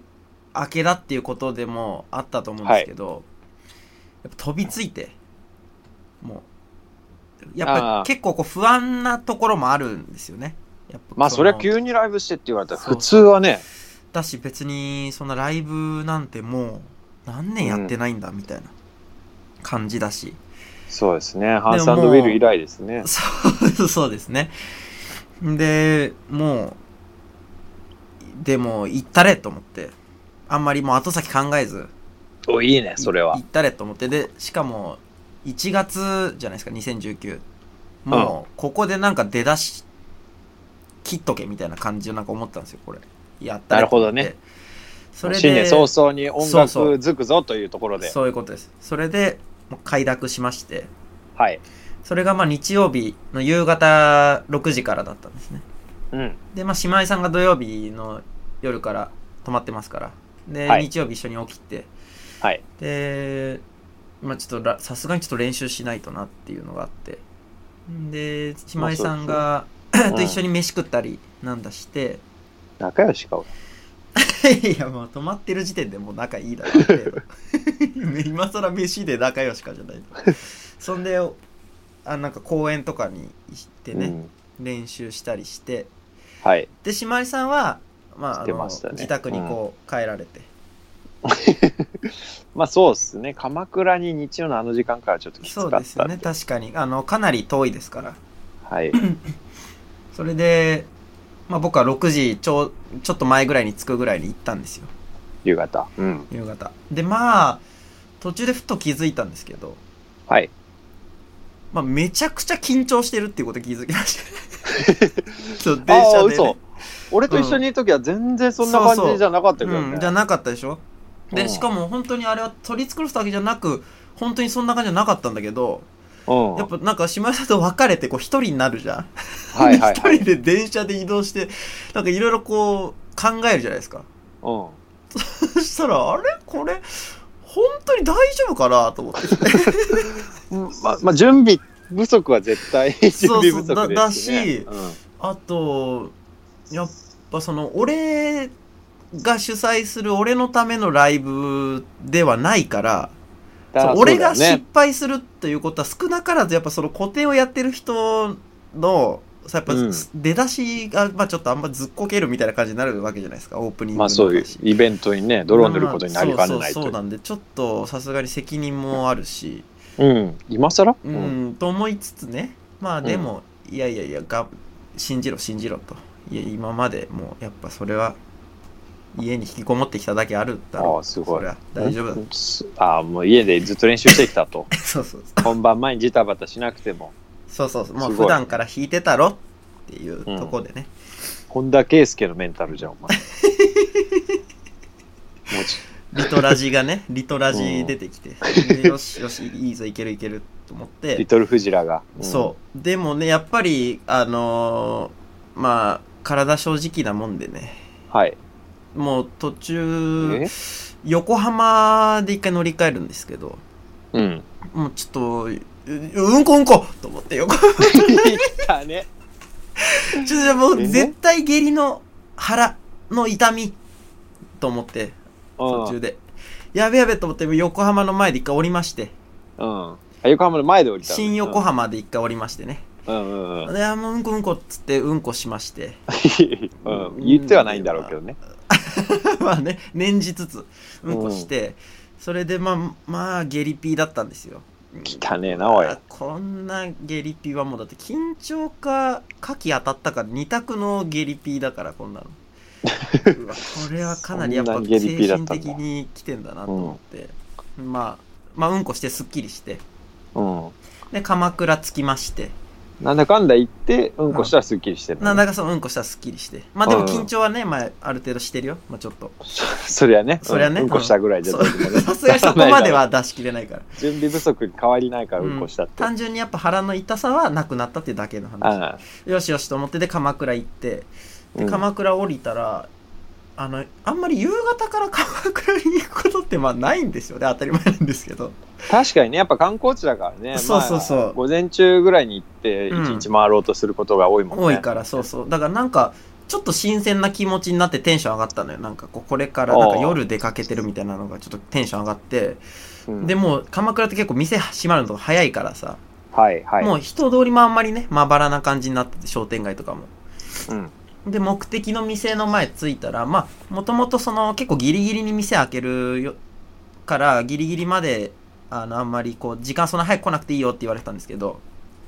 C: 明けだっていうことでもあったと思うんですけど、やっぱ飛びついて、もう、やっ
B: あー
C: ぱ結構こう不安なところもあるんですよね。やっぱ
B: まあそりゃ
C: の
B: 急にライブしてって言われたら
C: そう
B: 普通はね
C: だし別にそんなライブなんてもう何年やってないんだみたいな感じだし、
B: そうですねハンサンドウィル以来ですね
C: そう、そうですね。で、もう、でも、行ったれと思って。あんまりもう後先考えず。
B: おいいねそれは
C: 行ったれと思って。で、しかも、1月じゃないですか、2019。もう、ここでなんか出だし、切っとけみたいな感じをなんか思ったんですよ、これ。やったれと思って
B: なるほど。
C: それで、
B: 新年早々に音楽
C: そうそう
B: づくぞというところで
C: そういうことです。それで、もう快諾しまして。
B: はい。
C: それがまあ日曜日の夕方6時からだったんですね。
B: うん。
C: で、まあ、姉妹さんが土曜日の夜から泊まってますから。で、
B: はい
C: 日曜日一緒に起きて。
B: はい。
C: で、まあ、ちょっとら、さすがにちょっと練習しないとなっていうのがあって。で、姉妹さんが、
B: うですね
C: と一緒に飯食ったりなんだして、
B: 仲良しか。
C: いや、もう泊まってる時点でもう仲いいだろ、ある程度 今更飯で仲良しかじゃない。そんで、あなんか公園とかに行って
B: う
C: ね、
B: ん。
C: 練習したりして、
B: はい。
C: でしまりさんは、まあ、あ
B: して
C: の
B: ましたね
C: 自宅にこう帰られて、
B: まあそうですね。鎌倉に日曜のあの時間からちょっときつ
C: そう
B: か
C: で
B: っ
C: す
B: た
C: よ
B: んで。
C: ね確かにあのかなり遠いですから
B: はい。
C: それで、まあ、僕は6時ちょうちょっと前ぐらいに着くぐらいに行ったんですよ
B: 夕方。うん。
C: 夕方でまあ途中でふと気づいたんですけど、
B: はい。
C: まあ、めちゃくちゃ緊張してるっていうことに気づきました そう電
B: ああ、
C: 車で、
B: 嘘
C: ね。
B: 俺と一緒にいるときは全然そんな感じじゃなかったけど
C: うん、じゃ
B: ね。
C: なかったでしょ
B: う
C: で
B: ん
C: しかも本当にあれは取り尽くすだけじゃなく本当にそんな感じじゃなかったんだけど
B: うん。
C: やっぱなんか島田さんと別れてこう一人になるじゃん。
B: はいはいは
C: 一
B: い。
C: 人で電車で移動して、なんかいろいろこう考えるじゃないですか。
B: うん。
C: そしたら、あれこれ、本当に大丈夫かなと思って。
B: うんまあ、まあ、準備不足は絶対準
C: そう
B: 備不足です、ね、
C: だだし
B: うん
C: あと、やっぱその、俺が主催する俺のためのライブではないから、
B: だ
C: そう
B: そう
C: 俺
B: だよ
C: が失
B: ね、
C: 敗するということは少なからずやっぱその固定をやってる人のさやっぱ
B: うん
C: 出だしが、まあ、ちょっとあんまずっこけるみたいな感じになるわけじゃないですかオープニング
B: まあそういうイベントにね泥を塗ることになりかね
C: まあ
B: ない
C: そうそ
B: とい
C: うそう
B: う
C: なんでちょっとさすがに責任もあるし
B: うん今更
C: うん、と思いつつねまあでも、いやいやいやが信じろ信じろといや今までもうやっぱそれは家に引きこもってきただけあるだろう
B: ああすごい
C: そりゃ大丈夫だ
B: うんすああもう家でずっと練習してきたと
C: そうそうそう
B: 本番前にジタバタしなくても
C: そうそうそうま
B: す
C: あ
B: ごい
C: 普段から弾いてたろっていうとこでね、
B: 本田圭佑のメンタルじゃんお前 もうち
C: リトラジがねリトラジ出てきて、でよしよしいいぞいけるいけると思っ
B: リ
C: て、
B: トルフジラが、
C: そうでもねやっぱりあのーまあ体正直なもんでね
B: うんはい
C: もう途中
B: え
C: 横浜で一回乗り換えるんですけど
B: うん
C: もうちょっとううんこうんこと思って横浜
B: だね
C: ちょっとじゃあもう
B: え
C: 絶対下痢の腹の痛みと思って
B: うん
C: 途中で。やべやべと思って横浜の前で一回降りまして、
B: うんあ横浜の前で降りたのね
C: 新横浜で一回降りましてね。
B: うんうんうんうん
C: で、あ、もううんこうんこっつってうんこしまして。
B: うん言ってはないんだろうけどね
C: まあね、念じつつうんこして、それでまあ、まあ、下痢ピーだったんですよ。
B: 汚ねえなおい
C: あこんな下痢ピーはもうだって緊張か、かき当たったか二択の下痢ピーだから、こんなの。 うわこれはかなりやっぱ
B: そんな
C: 精
B: 下痢ピーだった
C: 神
B: んだ
C: 的に来てんだなと思って、まあ、まあうんこしてすっきりして
B: うん
C: で鎌倉着きまして
B: なんだかんだ言ってうんこしたらすっきりしてる、
C: なんだかそのうんこしたらすっきりしてまあでも緊張はね、まあ、ある程度してるよ、まあ、ちょっ と
B: そりゃね
C: そりゃね
B: うんうんこしたぐらいじゃ
C: そ
B: ど
C: う
B: うにもね
C: さすがにそこまでは出し切れないから
B: 準備不足に変わりないから
C: うん
B: うんこしたって、
C: 単純にやっぱ腹の痛さはなくなったっていうだけの話
B: ああ
C: よしよしと思ってで鎌倉行って
B: う
C: で
B: ん
C: 鎌倉降りたら、あのあんまり夕方から鎌倉に行くことってまあないんですよね当たり前なんですけど
B: 確かにねやっぱ観光地だからね
C: そうそうそう
B: まあ午前中ぐらいに行って一
C: うん
B: 日回ろうとすることが多いもんね、
C: 多いからそうそうだからなんかちょっと新鮮な気持ちになってテンション上がったのよなんかこうこれからなんか夜出かけてるみたいなのがちょっとテンション上がって
B: うん
C: でもう鎌倉って結構店閉まるのとか早いからさ、
B: はいはい
C: もう人通りもあんまりねまばらな感じになってて商店街とかも
B: うん
C: で目的の店の前着いたらまあもともとその結構ギリギリに店開けるよからギリギリまであのあんまりこう時間そんな早く来なくていいよって言われてたんですけど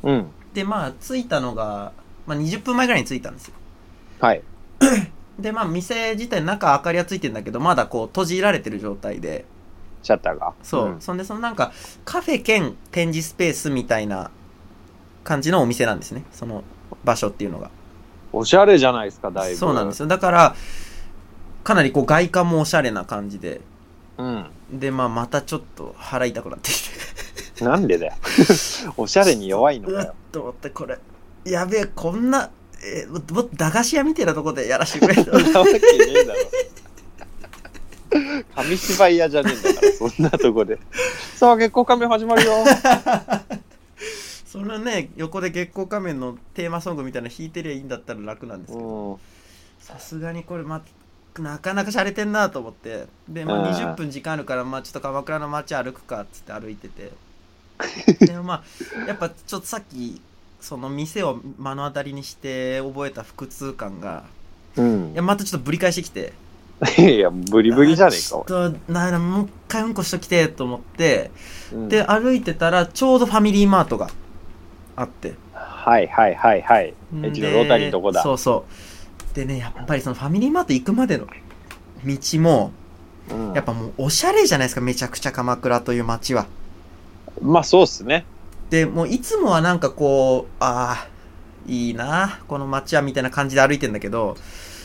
B: うん
C: でまあ着いたのが、まあ、20分前ぐらいに着いたんですよ
B: はい
C: でまあ店自体中明かりはついてんだけどまだこう閉じられてる状態で
B: シャッターが
C: そう、
B: ん
C: そんでそのなんかカフェ兼展示スペースみたいな感じのお店なんですねその場所っていうのが
B: おしゃれじゃないですかだいぶ
C: そうなんです
B: よ、
C: よだからかなりこう外観もおしゃれな感じで
B: うん、
C: でまあまたちょっと腹痛くなってきて
B: なんでだよ。 おしゃれに弱いの
C: う
B: か
C: わっ
B: よ。
C: と思ってこれやべえこんなえーももっと駄菓子屋みたいなとこでやらしてくれ
B: そんなわけねえ だろ。紙芝居屋じゃねえんだから、そんなとこで。さあ、月光仮面始まるよ。
C: そんなね横で月光仮面のテーマソングみたいなの弾いてりゃいいんだったら楽なんですけど
B: うん。
C: さすがにこれまなかなか洒落てんなと思ってで、まあ、
B: うん
C: 20分時間あるから、まあ、ちょっと鎌倉の街歩くかっつって歩いて てでもまあやっぱちょっとさっきその店を目の当たりにして覚えた腹痛感が
B: うん
C: いやまたちょっとぶり返してきて
B: いや、ブリブリじゃねえか、
C: あー
B: お
C: ちょっとななもう一回うんこしときてと思って、
B: い。
C: で、歩いてたらちょうどファミリーマートがあって
B: はいはいはいはい。
C: で
B: 一のロータリーのとこだ
C: そうそうでねやっぱりそのファミリーマート行くまでの道も
B: うん
C: やっぱもうおしゃれじゃないですかめちゃくちゃ鎌倉という街は
B: まあ、そうっすね。
C: でもういつもはなんかこうああいいなこの街はみたいな感じで歩いてんだけど、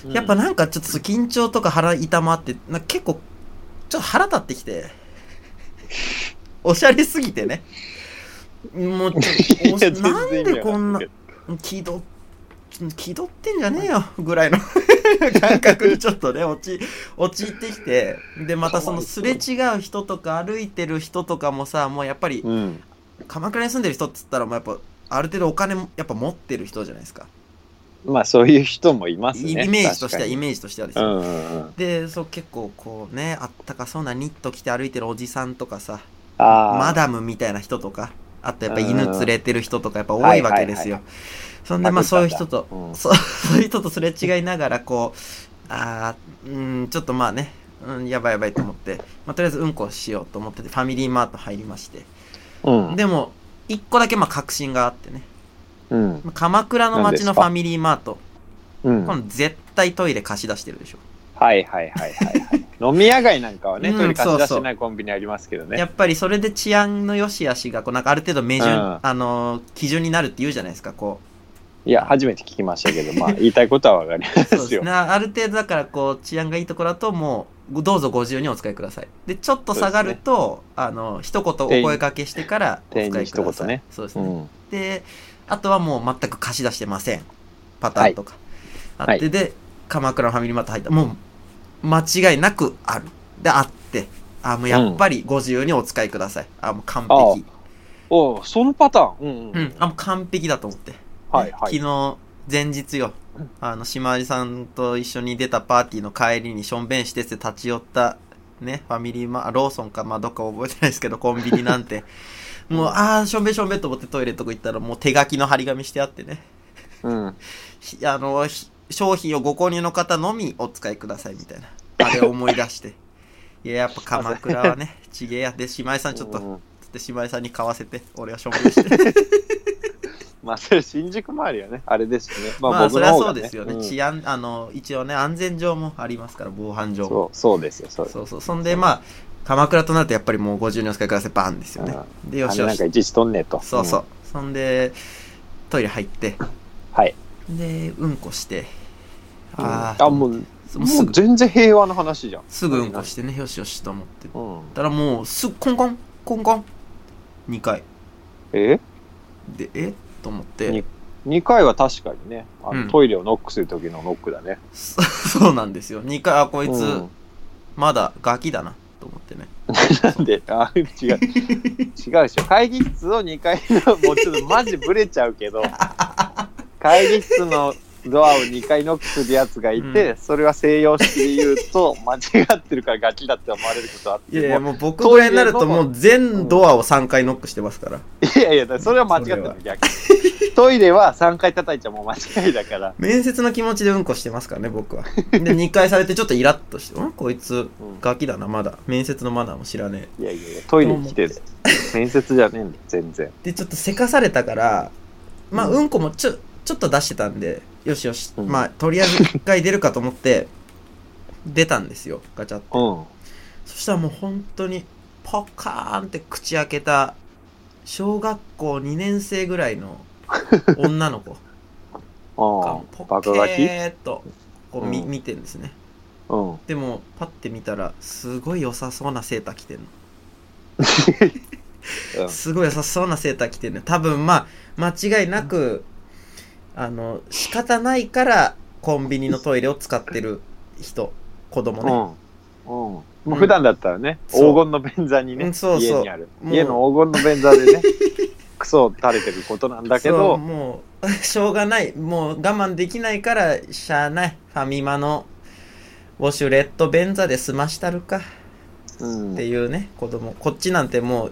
C: やっぱなんかちょっと緊張とか腹痛まってなんか結構ちょっと腹立ってきておしゃれすぎてねもうちょっとおしなんでこんな気取っ気取ってんじゃねえよぐらいの感覚にちょっとね落ち陥ってきてでまたそのすれ違う人とか歩いてる人とかもさもうやっぱり
B: うん。
C: 鎌倉に住んでる人っつったらもうやっぱある程度お金もやっぱ持ってる人じゃないですか
B: まあ、そういう人もいます
C: イイ
B: ね。
C: メージとしてはイ
B: 確
C: メージとしてはです
B: か
C: よ
B: にうんうんうん。
C: でそう結構こうねあったかそうなニット着て歩いてるおじさんとかさ
B: ああ。
C: マダムみたいな人とかあとやっぱ犬連れてる人とかやっぱ多
B: はいい
C: わけですよ、
B: は
C: そんでまあ
B: パ
C: そうい
B: クった
C: う人
B: んだ
C: と、
B: うん
C: そう そういう人とすれ違いながらこうあーうんちょっとまあね、うん、やばいやばいと思って、まあ、とりあえずうんこしようと思っててファミリーマート入りまして
B: うん。
C: でも一個だけまあ確信があってね
B: うん。
C: まあ鎌倉の街のファミリーマート
B: うん。
C: こ
B: はい
C: の絶対トイレ貸し出してるでしょ
B: はいはいはいはい。飲み屋街なんかはね、
C: うん
B: 取り貸し出
C: そうそ
B: し
C: う
B: ないコンビニありますけど
C: や
B: ね。
C: っぱりそれで治安の良し悪しがこうなんかある程度目順、
B: うん
C: あのー基準になるって言うじゃないですかこ
B: いや、初めて聞きましたけど、まあ、言いたいことはわかり
C: う
B: ま
C: そうですす
B: よ
C: ね。ある程度だからこう治安がいいところだともうどうぞご自由にお使いくださいでちょっと下がると、あの一言お声掛けしてからお使いく
B: 店
C: ださい
B: 員に一言ね
C: そうです
B: う
C: ね、
B: ん。
C: であとはもう全く貸し出してませんパターンとか、
B: い
C: あってで鎌倉のファミリーマート入ったもう間違いなくあるであってあもうやっぱりご自由にお使いください、あもう完
B: あ
C: 璧
B: おうそのパターン。うんう
C: うん
B: ん。、
C: あもう完璧だと思って、
B: はいはい。
C: 昨日前日よあの島地さんと一緒に出たパーティーの帰りにしょんべんしてって立ち寄ったねファミリーマあローソンかまあどっか覚えてないですけどコンビニな んてもうああしょんべんしょんべんと思ってトイレのとこ行ったらもう手書きの張り紙してあってね
B: うん。
C: ひあのひ商品をご購入の方のみお使いくださいみたいなあれを思い出していややっぱ鎌倉 はねちげえやで島井さんちょっと、
B: うん
C: つって島井さんに買わせて俺はしょんべんして
B: まあ、それ新宿周りはね、あれですしね。ま
C: まあ、
B: あ、
C: そ
B: 僕の
C: りゃ
B: 方
C: そ
B: が
C: う
B: ね。
C: ですよね、
B: うん
C: 治安あの一応ね安全上もありますから防犯上も
B: そう、そうですよ、そうです。
C: そうそうそんでまあ鎌倉となるとやっぱりもう50にお使いくださいバンですよねでよ
B: あ
C: し
B: れ
C: よ
B: なん
C: し
B: かいちいちとんねえと。
C: そうそう、
B: ん。
C: そんでトイレ入って
B: はい。
C: でうんこしてあ
B: あ
C: ー
B: もう、
C: すもう
B: も
C: す
B: う
C: ぐ
B: 全然平和な話じゃん。
C: すぐうんこしてねよしよしと思って
B: うん。
C: たらもうすぐコンコンコンコン2回
B: え
C: でえと思って
B: に ?2 回は確かにね、あ
C: うん
B: のトイレをノックする時のノックだね。
C: そ そうなんですよ2回あこいつ、
B: うん
C: まだガキだなと思ってね
B: なんで、あ、違う。違うでしょ。会議室を2階の、もうちょっとマジブレちゃうけど、会議室のドアを2回ノックするやつがいて、それは西洋式で言うと、間違ってるからガキだって思われることあって。
C: いやいや
B: も
C: もう僕ぐらいになるともう全ドアを3回ノックしてますから
B: ういやいやだからそれは間違ってるの逆に。トイレは3回叩いちゃもう間違いだから。
C: 面接の気持ちでうんこしてますからね僕はで2回されてちょっとイラッとして「んこいつ
B: うん
C: ガキだなまだ面接のマナーも知らね
B: いやいやいや、トイレ来てる。面接じゃねえんだよ、全然。
C: え」でちょっとせかされたからまあ
B: うん
C: うんこもちょちょっと出してたんでよしよし、
B: うん
C: まあとりあえず1回出るかと思って出たんですよガチャって
B: うん。
C: そしたらもう本当にポカーンって口開けた小学校2年生ぐらいの女の子
B: ああ、
C: がポケ
B: 爆書き
C: ーっとこう見,、
B: うん
C: 見てんですね
B: うん。
C: でもパッて見たらすごい良さそうなセーター着てんの
B: うん
C: すごい良さそうなセーター着てるね多分まあ間違いなく、あの仕方ないからコンビニのトイレを使ってる人子供ね、
B: うん。うん。普段だったらね、
C: そう
B: 黄金の便座に
C: う
B: ね
C: ん、そうそう
B: 家にある。
C: もう
B: 家の黄金の便座で ね、クソを垂れてることなんだけ
C: そう
B: ど、
C: もう しょうがないもう我慢できないからしゃあないファミマのウォシュレット便座で済ましたるか
B: うん
C: っていうね子供こっちなんてもう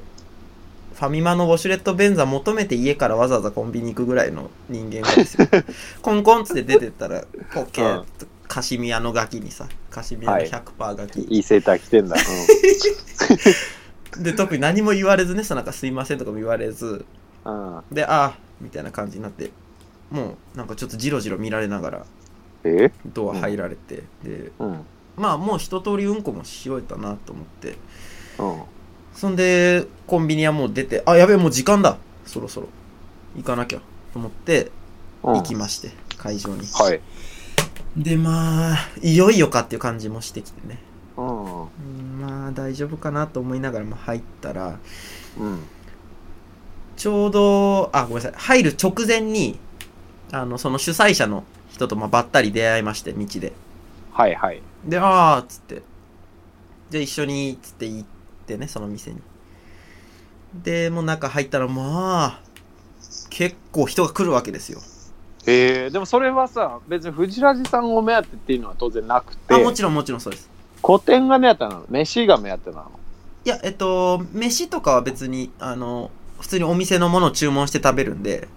C: ファミマのウォシュレット便座求めて家からわざわざコンビニ行くぐらいの人間 がですよコンコンっつって出てったらポッケ
B: う
C: ー
B: ん
C: カシミヤのガキにさカシミヤの
B: はい
C: 100%ガキ、
B: いいセーター着てんだ。
C: で特に何も言われずねそのなんかすいませんとかも言われず
B: うん。うん
C: でああみたいな感じになってもうなんかちょっとジロジロ見られながら
B: え
C: ドア入られて、で
B: うん。
C: まあもう一通りうんこもし終えたなと思って
B: うん。
C: そんでコンビニはもう出てあやべえもう時間だそろそろ行かなきゃと思って
B: うん
C: 行きまして、会場に、
B: はい。
C: でまあいよいよかっていう感じもしてきてね
B: うん。
C: うんまあ大丈夫かなと思いながらも入ったら
B: うん。
C: ちょうどあごめんなさい入る直前にあのその主催者の人とまあばったり出会いまして道で
B: はいはい。
C: で、あーっつって。じゃあ一緒に、つって行ってね、その店に。で、もう中入ったら、まあ、結構人が来るわけですよ。
B: えー、でもそれはさ、別に藤ラジさんを目当てっていうのは当然なくて
C: あ、、もちろんもちろんそうです。
B: 古典が目当てなの飯が目当てなの
C: いや、えっと、飯とかは別に、あの、普通にお店のものを注文して食べるんで、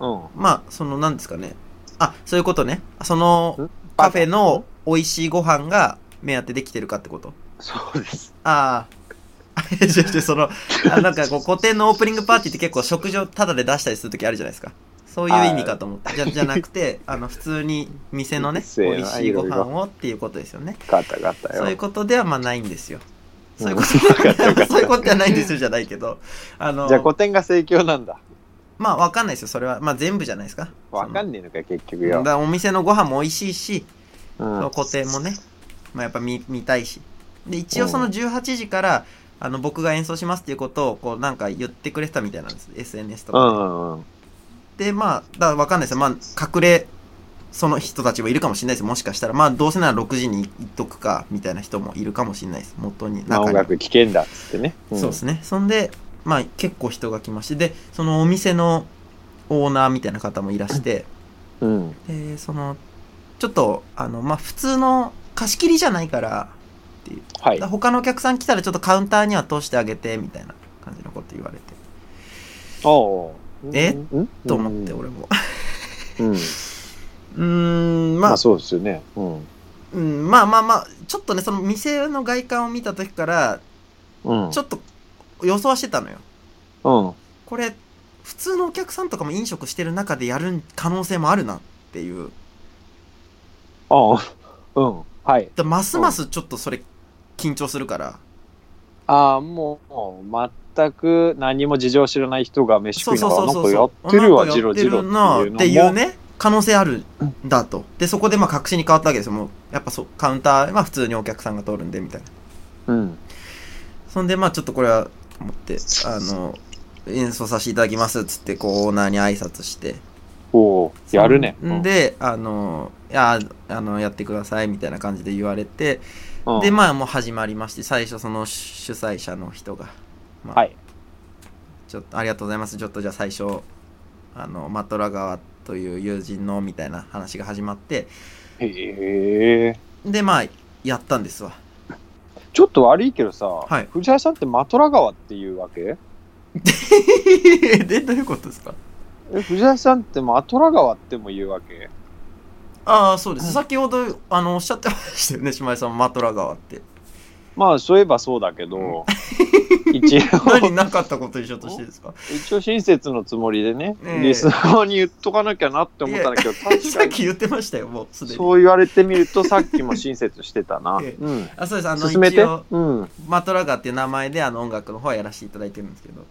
B: うん。
C: まあ、その、なんですかね。あ、そういうことね。その
B: ん、
C: カフェの美味しいご飯が目当てできてるかってこと
B: そうです。
C: あ あ。違う違うその、あなんかこう、古典のオープニングパーティーって結構食事をタダで出したりするときあるじゃないですか。そういう意味かと思って。じゃ、じゃなくて、あの、普通に店のね
B: うっ、せえな
C: 美味しいご
B: いろい
C: 飯
B: ろ
C: をっていうことですよね。
B: ガタガタよ。
C: そういうことではまあないんですよ。
B: うん
C: そういうことで は、そういうことではないんですよじゃないけど。あの
B: じゃあ、古典が盛況なんだ。
C: まあわかんないですよ。それは、まあ全部じゃないですか。
B: わか
C: い。
B: んねえのかよ、結局
C: だ
B: よ
C: か。らお店のご飯も美味しいし、
B: うん。
C: そう固定もね、まあ、やっぱ見見たいしで一応その
B: うん
C: 18時からあの僕が演奏しますっていうことをこうなんか言ってくれてたみたいなんです SNS と
B: う
C: か、
B: んうんうん。
C: でまあだから分かんないですよ、まあ、隠れその人たちもいるかもしれないですもしかしたらまあどうせなら6時に行っとくかみたいな人もいるかもしれないです元に
B: まあ、音
C: 中には
B: 楽聴けんだっつってね。ん
C: そうですねそんでまあ結構人が来ましてでそのお店のオーナーみたいな方もいらして
B: うん。
C: でそのちょっとあのまあ普通の貸し切りじゃないから
B: はい
C: だ。他のお客さん来たらちょっとカウンターには通してあげてみたいな感じのこと言われて、
B: おうおう。
C: え
B: うん
C: と思って。俺も
B: うん。
C: うーんまあ、
B: まあ、そうですよね。うん。
C: うん、まあまあまあちょっとねその店の外観を見た時から
B: うん。
C: ちょっと予想はしてたのよ
B: うん。
C: これ普通のお客さんとかも飲食してる中でやる可能性もあるなっていう
B: ああ。うん。はい。
C: だますますちょっとそれ緊張するから
B: ああ、もう、もう全く何も事情知らない人が飯
C: そ
B: 食
C: う
B: いな
C: そ
B: が
C: う
B: ら、
C: そう
B: なん
C: そう
B: かやっ
C: そう
B: てるわ、
C: なん
B: ジ
C: かや
B: ロ
C: って
B: ジロ
C: るなあって
B: ってい
C: いうう
B: のも。
C: ね可能性あるんだとでそこでまあ確信に変わったわけですよもうやっぱそうカウンターは普通にお客さんが通るんでみたいな
B: うん。
C: そんでまあちょっとこれは思ってあの演奏させていただきますっつってこうオーナーに挨拶して
B: おおうやるね。
C: んであのいやあのやってくださいみたいな感じで言われて
B: うん、う
C: で
B: ん
C: まあもう始まりまして最初その主催者の人がまあ
B: はい。
C: ちょっとありがとうございます。ちょっとじゃあ最初、あの、マトラ川という友人のみたいな話が始まって、
B: へえ。
C: で、まあ、やったんですわ。
B: ちょっと悪いけどさ、
C: はい
B: 藤原さんってマトラ川っていうわけ
C: で、どういうことですか
B: え藤原さんってマトラ川っても言うわけ
C: ああ、そうです。
B: うん
C: 先ほど、あの、おっしゃってました よね、島井さん、マトラ川って。
B: まあそういえばそうだけど、 一
C: 何
B: 応、
C: なかったこと一緒としてで すか
B: 一応親切のつもりでね、
C: ええ
B: リスナーに言っとかなきゃなって思ったんだけど、確
C: さ
B: か
C: っき
B: に。
C: 言ってましたよ、もうすでに。
B: そう言われてみると、さっきも親切してたな。
C: ええ
B: うん。
C: あそうです。あの、
B: 進めて。
C: 一応、
B: うん。
C: マトラ川っていう名前で、あの、音楽の方はやらせていただいてるんですけど、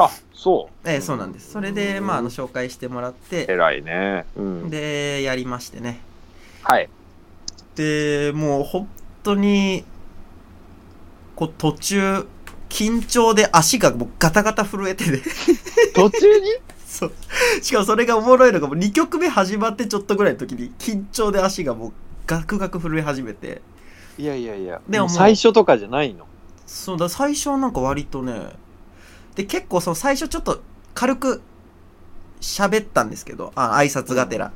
B: あ、そう。
C: ええそうなんです。それで、まあ、あの、紹介してもらって、
B: 偉いね。うん。
C: で、やりましてね。
B: はい。
C: でもう本当にこう途中緊緊張で足がもうガタガタ震えてね
B: 途中 に
C: そうしかもそれがおもろいのがもう2曲目始まってちょっとぐらいの時に緊張で足がもうガクガク震え始めて
B: いやいやいや
C: でももう
B: 最初とかじゃないの
C: そうだ最初はなんか割とねで結構その最初ちょっと軽く喋ったんですけどあ挨拶がてら、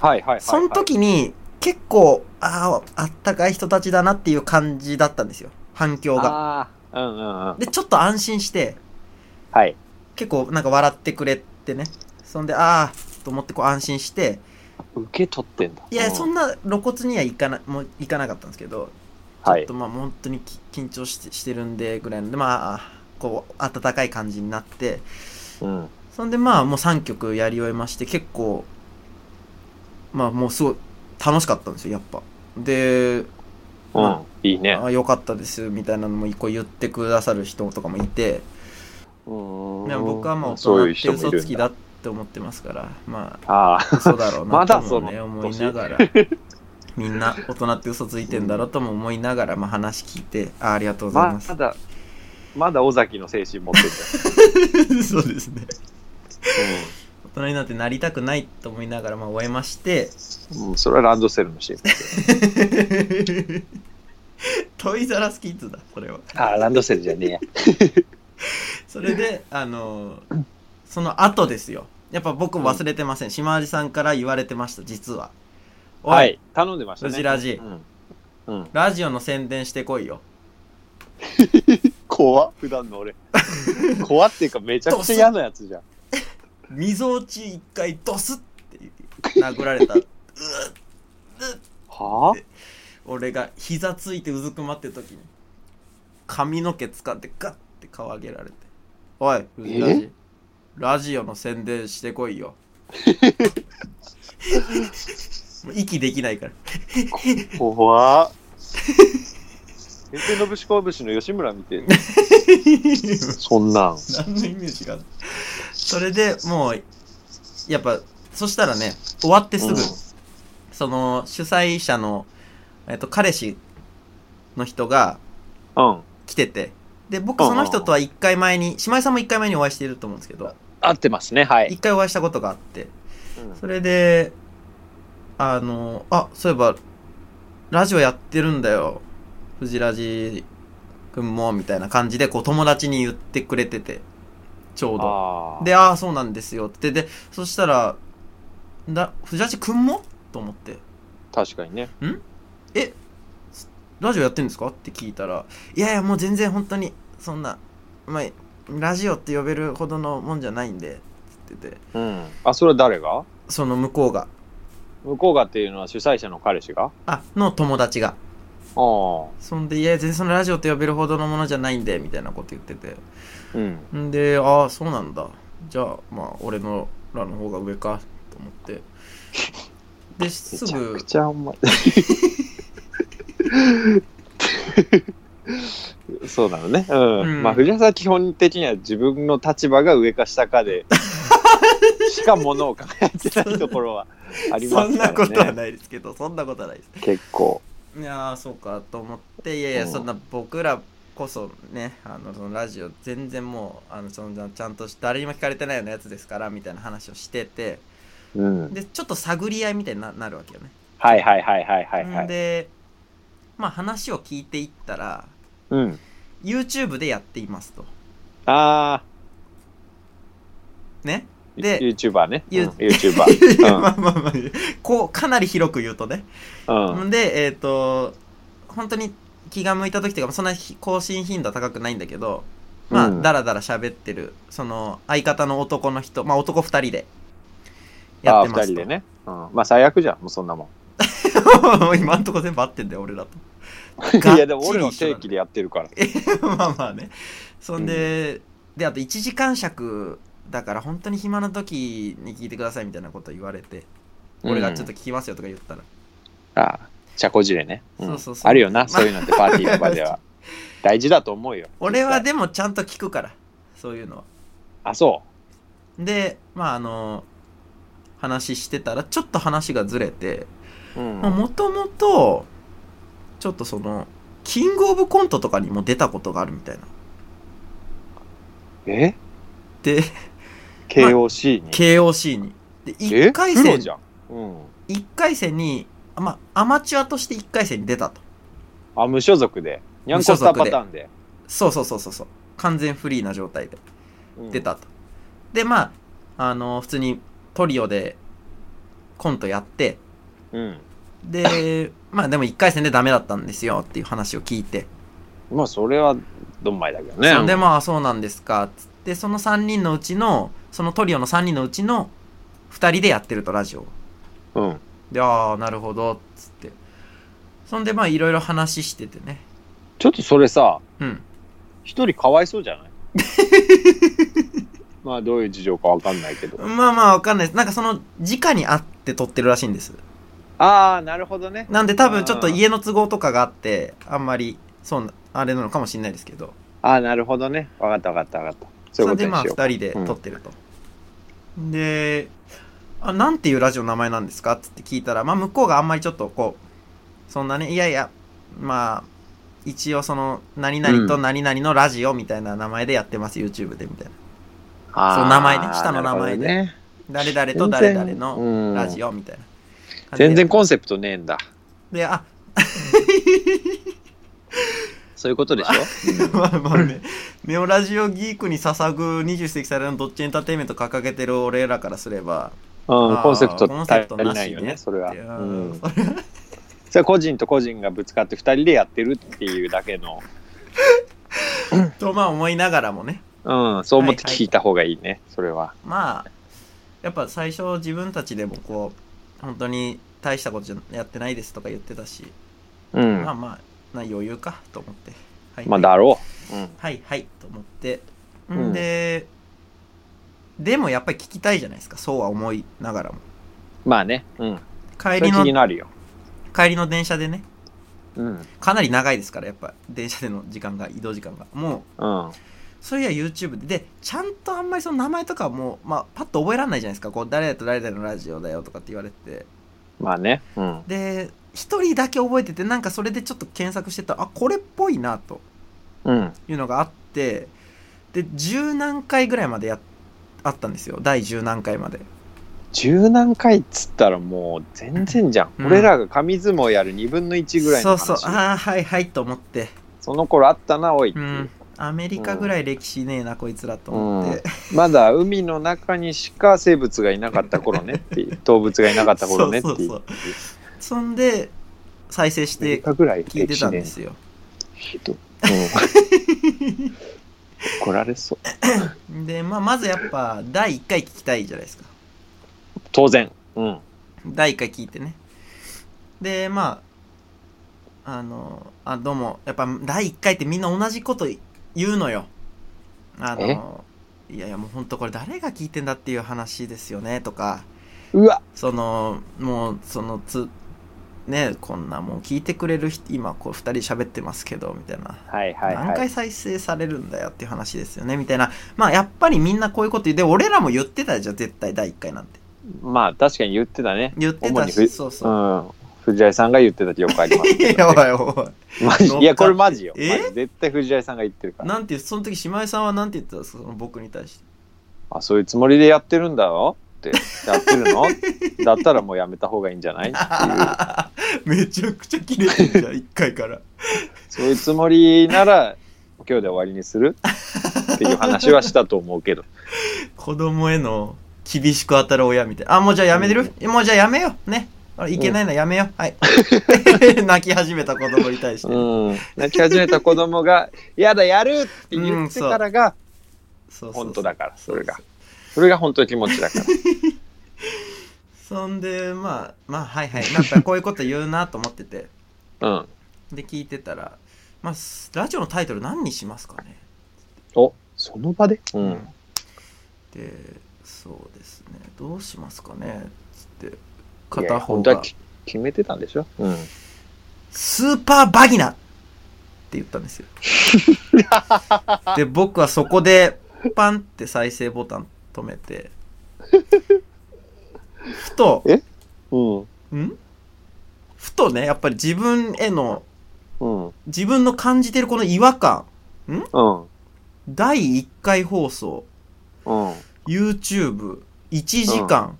B: はいはいはい、はい、
C: その時に結構あああったかい人たちだなっていう感じだったんですよ反響が
B: ああーうんうんうん
C: でちょっと安心して
B: はい
C: 結構なんか笑ってくれてねそんでああと思ってこう安心して
B: 受け取ってんだ
C: いや
B: うん
C: そんな露骨にはいかなもういかなかったんですけど
B: は
C: ちょっ
B: い
C: とまあ本当にき緊張してしてるんでぐらいのでまあこう温かい感じになって
B: うん
C: そんでまあもう3曲やり終えまして結構まあもうすごい楽しかったんですよやっぱで
B: う
C: ま
B: んいいね
C: あ良かったですみたいなのも一個言ってくださる人とかもいて
B: うん
C: いや僕はまあ大
B: そう
C: 人
B: いう人もい
C: って嘘
B: る
C: つ
B: ん
C: きだって思ってますからま
B: ああ
C: あ嘘だろうな
B: まだ
C: ともね
B: その
C: 思いながら みんな大人って嘘ついてんだろうとも思いながら、まあ、話聞いてあありがとうござい
B: ま
C: ます、
B: だまだ尾崎の精神持ってんだ
C: そうですね大人になってなりたくないと思いながらまあ終えまして
B: うん、うん、それはランドセルのシーン
C: トイザラスキッズだそれは
B: ああランドセルじゃねえや
C: それであのーその後ですよやっぱ僕忘れてません、島地さんから言われてました実はおい、
B: はい頼んでましたね
C: うちラジ
B: うん、うん、
C: ラジオの宣伝してこいよ
B: 怖っ普段の 俺怖っていうかめちゃくちゃ嫌なやつじゃん
C: 溝落ち一回ドスって殴られたうっうっ
B: は
C: 俺が膝ついてうずくまってる時に髪の毛掴んでガッて顔上げられて「おい藤ラジラジオの宣伝してこいよ」もう息できないから
B: あ怖っ平成のぶしこぶしの吉村見て るそんなん
C: 何のイメージがあるそれでもうやっぱそしたらね終わってすぐ、
B: うん
C: その主催者の、えっと、彼氏の人が
B: うん
C: 来ててで僕その人とは1回前に島井さんも1回前にお会いしていると思うんですけど
B: 合ってますねはい
C: 1回お会いしたことがあっ
B: う
C: て
B: ん
C: それであのあそういえばラジオやってるんだよ藤ラジ君もみたいな感じでこう友達に言ってくれててちょうど
B: あー
C: で、ああ、そうなんですよって。で、そしたら、だ藤橋くんもと思って、
B: 確かにね
C: え、すラジオやってんですかって聞いたら、いやいや、もう全然本当に、そんな、まあ、ラジオって呼べるほどのもんじゃないんで、つってて、
B: うんあそれは誰が
C: その向こうが、
B: 向こうがっていうのは主催者の彼氏が
C: あ、の友達
B: あ
C: が、
B: あ
C: そんで、いや、全然そのラジオって呼べるほどのものじゃないんで、みたいなこと言ってて。
B: うん
C: んで、ああ、そうなんだ。じゃあ、まあ、俺のらの方が上か、と思って。で、
B: め
C: す
B: ちゃ
C: ぐ
B: く、ちゃ甘い そうなのねうん、
C: うん
B: まあ藤原さんは基本的には自分の立場が上か下か でしかものを考えてないところはありま
C: そん
B: すか
C: なこと
B: ら
C: は
B: ね
C: ないですけど、そんなことはないです。
B: 結構
C: いやー、そうかと思って、いやいや、
B: うん
C: そんな僕らこそね、あの、そのラジオ全然もう、あの、そんなちゃんとし誰にも聞かれてないようなやつですから、みたいな話をしてて、
B: うん
C: で、ちょっと探り合いみたいにななるわけよね。
B: はいはいはいはいはいは
C: ん
B: い
C: で、まあ話を聞いていったら、
B: うん
C: YouTube でやっていますと。
B: ああ
C: ね。で
B: YouTuber ね、うん、
C: ゆ
B: YouTuber
C: まあまあまあ、こう、かなり広く言うとね。
B: うん、うん、
C: でえっ、と本当に気が向いた時とかもそんなひ更新頻度は高くないんだけどまあ、
B: うん
C: だらだら喋ってるその相方の男の人まあ男2人でやって
B: あー
C: ま
B: 二
C: す
B: 人
C: と
B: でね、うん、まあ最悪じゃんもうそんなもん
C: 今んとこ全部合ってんだよ俺らと
B: いやでも俺らは正規でやってるから
C: まあまあねそんで、であと1時間尺だから本当に暇な時に聞いてくださいみたいなこと言われて、俺がちょっと聞きますよとか言ったら
B: ああ、社交辞令ね。ん
C: そうそうそう
B: あるよな、そういうのってパーティーとかでは。大事だと思うよ。
C: 俺は
B: 絶対
C: でもちゃんと聞くからそういうのは
B: あ、そ
C: でまああの話してたらちょっと話がずれて
B: う。うん。
C: もともとちょっとそのキングオブコントとかにも出たことがあるみたいな
B: え
C: で、
B: ?KOC に。
C: KOC に。で、
B: え
C: 1回
B: プロ
C: 戦
B: じ、ゃん。うん。
C: 一回戦に、まあ、アマチュアとして1回戦に出たと。
B: あ、無所属で。ニャンコスターパターンで。
C: そうそうそうそうそう。完全フリーな状態で
B: うん
C: 出。たと。で、まあ、あの、普通にトリオでコントやって、
B: うん。
C: で、まあでも1回戦でダメだったんですよっていう話を聞いて、
B: まあ、それは、どんまいだけどね。
C: そうで、まあそうなんですかっつって、その3人のうちの、そのトリオの3人のうちの2人でやってると、ラジオを。
B: うん。
C: で、ああ、なるほど、っつって。そんで、まあいろいろ話しててね。
B: ちょっとそれさ、
C: うん。
B: 一人かわいそうじ ゃないまあ、どういう事情かわかんないけど。
C: まあまあわかんないです。なんかその、直に会って撮ってるらしいんです。
B: ああ、なるほどね。
C: なんで多分ちょっと家の都合とかがあって、あんまり、そうな、あれなのかもしれないですけど。
B: ああ、なるほどね。わかったわかったわかった。そうい
C: そ
B: うこ
C: れ
B: と
C: で
B: に
C: まあ
B: しよう。
C: 2人で撮ってると。で、あ、なんていうラジオの名前なんですかつって聞いたら、まあ向こうがあんまりちょっとこう、そんなね、いやいや、まあ、一応その、何々と何々のラジオみたいな名前でやってます、YouTube でみたいな。
B: あー
C: そう名前ね下の名前で
B: なるほどね
C: 誰々と誰々のラジ
B: オ。
C: オみたいな感じで。
B: 全然コンセプトねえんだ。
C: で、あ、
B: そういうことでしょ
C: まあまあね、ネオラジオギークに捧ぐ20世紀最大のどっちエンターテインメント掲げてる俺らからすれば、
B: うん、コンセプト
C: コンセ
B: 足
C: プト
B: り
C: な
B: ない
C: し
B: よ
C: ね
B: ね、それは。
C: いうやー
B: ん
C: それ
B: それは個人と個人がぶつかって二人でやってるっていうだけの、
C: とまあ思いながらもね、
B: うん、そう思って聞いた方がいいね、それは。
C: まあ、やっぱ最初自分たちでもこう、本当に大したことじゃやってないですとか言ってたし、
B: うん
C: まあ。まあ、な余裕かと思って。はい、
B: まあ、だろう。うん。
C: はいはいと思って。
B: うん
C: んで、でもやっぱり聞きたいじゃないですか、そうは思いながらも。
B: まあね、うん。そ
C: 帰
B: れ
C: りの
B: 気に、なるよ。
C: 帰りの電車でね、
B: うん。うん。
C: かなり長いですからやっぱ電車での時間が移動時間がも
B: あ
C: うそういや YouTube ででちゃんとあんまりその名前とかはもう、まあ、パッと覚えられないじゃないですかこう誰々と誰々のラジオだよとかって言われて
B: まあね、うん。
C: で一人だけ覚えててなんかそれでちょっと検索してたあこれっぽいなと
B: うん。
C: いうのがあってで十何回ぐらいまでやっあったんですよ第十何回まで
B: 十何回っつったらもう全然じゃん。
C: うん
B: 俺らが紙相撲やる二分の一ぐらいの
C: そう
B: 話。
C: そうああはいはいと思って
B: その頃あったな、おいって
C: う
B: いう、
C: んアメリカぐらい歴史ねえな、こいつらと思って、
B: まだ海の中にしか生物がいなかった頃ねって いう、動物がいなかった頃ねっていう。
C: そうそうそうそんで再生し
B: アメリ
C: て
B: カぐらい
C: 聞いてたんで
B: 歴
C: すよ
B: 史ね。うん 怒られそう。
C: で、まあ、まずやっぱ第1回聞きたいじゃないですか
B: 当然。うん。
C: 第1回聞いてねでまああのあどうもやっぱ第1回ってみんな同じこと言うのよあのいやいやもうほんとこれ誰が聞いてんだっていう話ですよねとか
B: うわ
C: そのもうそのつねこんなもう聞いてくれる人今こう2人喋ってますけどみたいな
B: はいはい
C: 何
B: は
C: 回
B: い。
C: 再生されるんだよっていう話ですよねみたいなまあやっぱりみんなこういうこと言うで俺らも言ってたじゃん絶対第1回なんて
B: まあ確かに言ってたね。
C: 言って
B: 主
C: た
B: に
C: し
B: ふ
C: そうそうう、
B: ん。藤井さんが言ってた記憶あります
C: い
B: け
C: や
B: ど
C: お
B: ね、
C: いお
B: マジ
C: 乗っかっ
B: いや、これマジよ。
C: え
B: マジ絶対藤井さんが言ってるか
C: い
B: ら。
C: なんてその時島井さんはなんて言ってたんですかその僕に対して
B: あ、そういうつもりでやってるんだよって。やってる のだったらもうやめた方がいいんじゃないっていう。
C: めちゃくちゃ切れてるじゃん1回から
B: そういうつもりなら今日で終わりにするっていう話はしたと思うけど。
C: 子供への厳しく当たる親みたいなあもうじゃあやめる、もうじゃあやめようねあいけないなやめよう、はい 泣き始めた子供に対して、
B: うん。泣き始めた子供が「やだやる!」って言ってからが
C: そうそうそう
B: 本当だからそれが。それが本当の気持ちだから。
C: そんでまあまあはいはいなんかこういうこと言うなと思ってて
B: うん。
C: で聞いてたら、まあ、すラジオのタイトル何にしますかね、
B: おその場でうん。
C: でそうですねどうしますかねつって
B: いや
C: 片方
B: 本当
C: が
B: はき決めてたんでしょうん。
C: 「スーパーバギナ!」って言ったんで すよで僕はそこでパンって再生ボタン止めてふと
B: うん。
C: んふとねやっぱり自分への
B: うん。
C: 自分の感じてるこの違和感
B: うん。
C: 第1回放送、
B: うん。うん。
C: YouTube、1時間、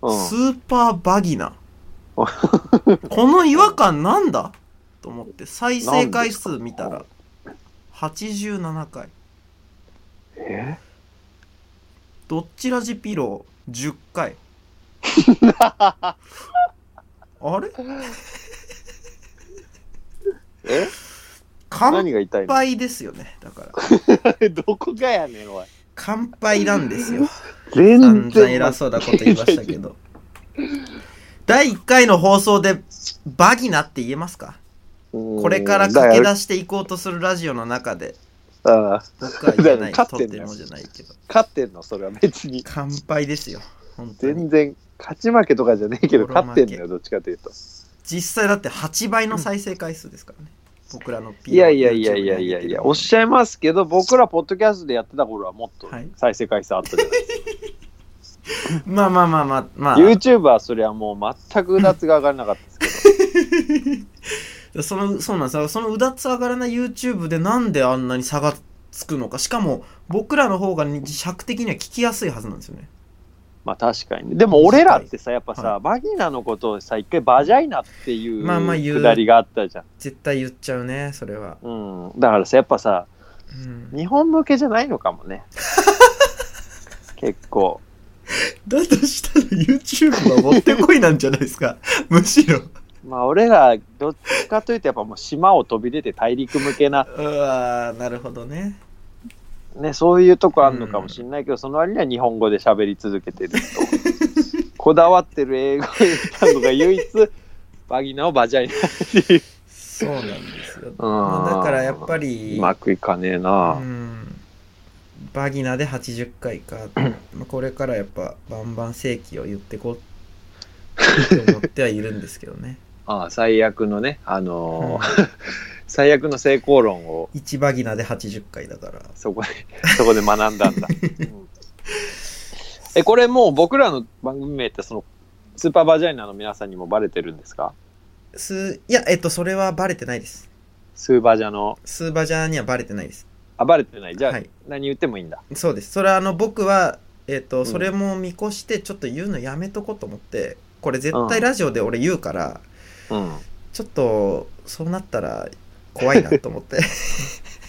C: スーパーバギナ。
B: あ
C: この違和感なんだと思って、再生回数見たら、87回。
B: え
C: どっちラジピロー、10回。あれ
B: え
C: 乾
B: 何が痛い
C: 杯ですよね。だから。
B: の どこがやねん、おい。
C: 乾杯なんですよ。散
B: 全
C: 々
B: 然
C: 偉そうなこと言いました けど。第1回の放送でバギナって言えますかこ
B: こ
C: れから駆け出していこうとするラジオの中で
B: ああ
C: 僕は言えない
B: だから勝ってて
C: 取っ
B: んだ
C: る
B: よ
C: もんじゃないけど
B: 勝ってんのそれは別に
C: 乾杯ですよ本当に
B: 全然勝ち負けとかじゃねえけど
C: ボロ
B: 勝
C: 負
B: っ
C: け
B: てんのよどっちかというと
C: 実際だって8倍の再生回数ですからね僕らの P
B: いやいやいやいやいやいやおっしゃいますけど僕らポッドキャストでやってた頃はもっと
C: はい
B: 再生回数あったじゃない です
C: まあまあまあまあまあ
B: か、YouTuber はそれはもう全くうだつが上がらなかった ですけど
C: そのそうなんですよそのうだつ上がらない YouTube でなんであんなに差がつくのかしかも僕らの方がに尺的には聞きやすいはずなんですよね
B: まあ確かにねでも俺らってさやっぱさ、
C: は
B: バギナのことをさ一回バジャイナっていう
C: まあまあ言う
B: くだりがあったじゃん、
C: 絶対言っちゃうねそれは、
B: うん、だからさやっぱさ
C: うん、
B: 日本向けじゃないのかも ね結構
C: だとしたら YouTube はもってこいなんじゃないですかむしろ
B: まあ俺らどっちかというとやっぱもう島を飛び出て大陸向けな、
C: うわーなるほどね
B: ね、そういうとこあるのかもしれないけど、その割には日本語で喋り続けて るとこだわってる英語を言ったのが唯一バギナをバジャイナっていう
C: そうなんです
B: う
C: よ、
B: ん
C: だからやっぱり
B: うまくいかねえな、
C: うんバギナで80回 かまあこれからやっぱバンバン正規を言ってこうと思ってはいるんですけどね、
B: ああ最悪のねあのー
C: う
B: 最悪の成功論を
C: ん、1バギナで80回だから
B: そこで そこで学んだんだ、うんえこれもう僕らの番組名ってそのスーパーバジャイナの皆さんにもバレてるんですか
C: すいやえっとそれはバレてないです
B: スーバジャの
C: スーバジャーにはバレてないです
B: あバレてないじゃあ、
C: はい
B: 何言ってもいいんだ
C: そうですそれはあの僕はえっと
B: ん
C: それも見越してちょっと言うのやめとこうと思ってこれ絶
B: う
C: 対
B: ん
C: ラジオで俺言うから、
B: うん
C: ちょっとそうなったら怖いなと思って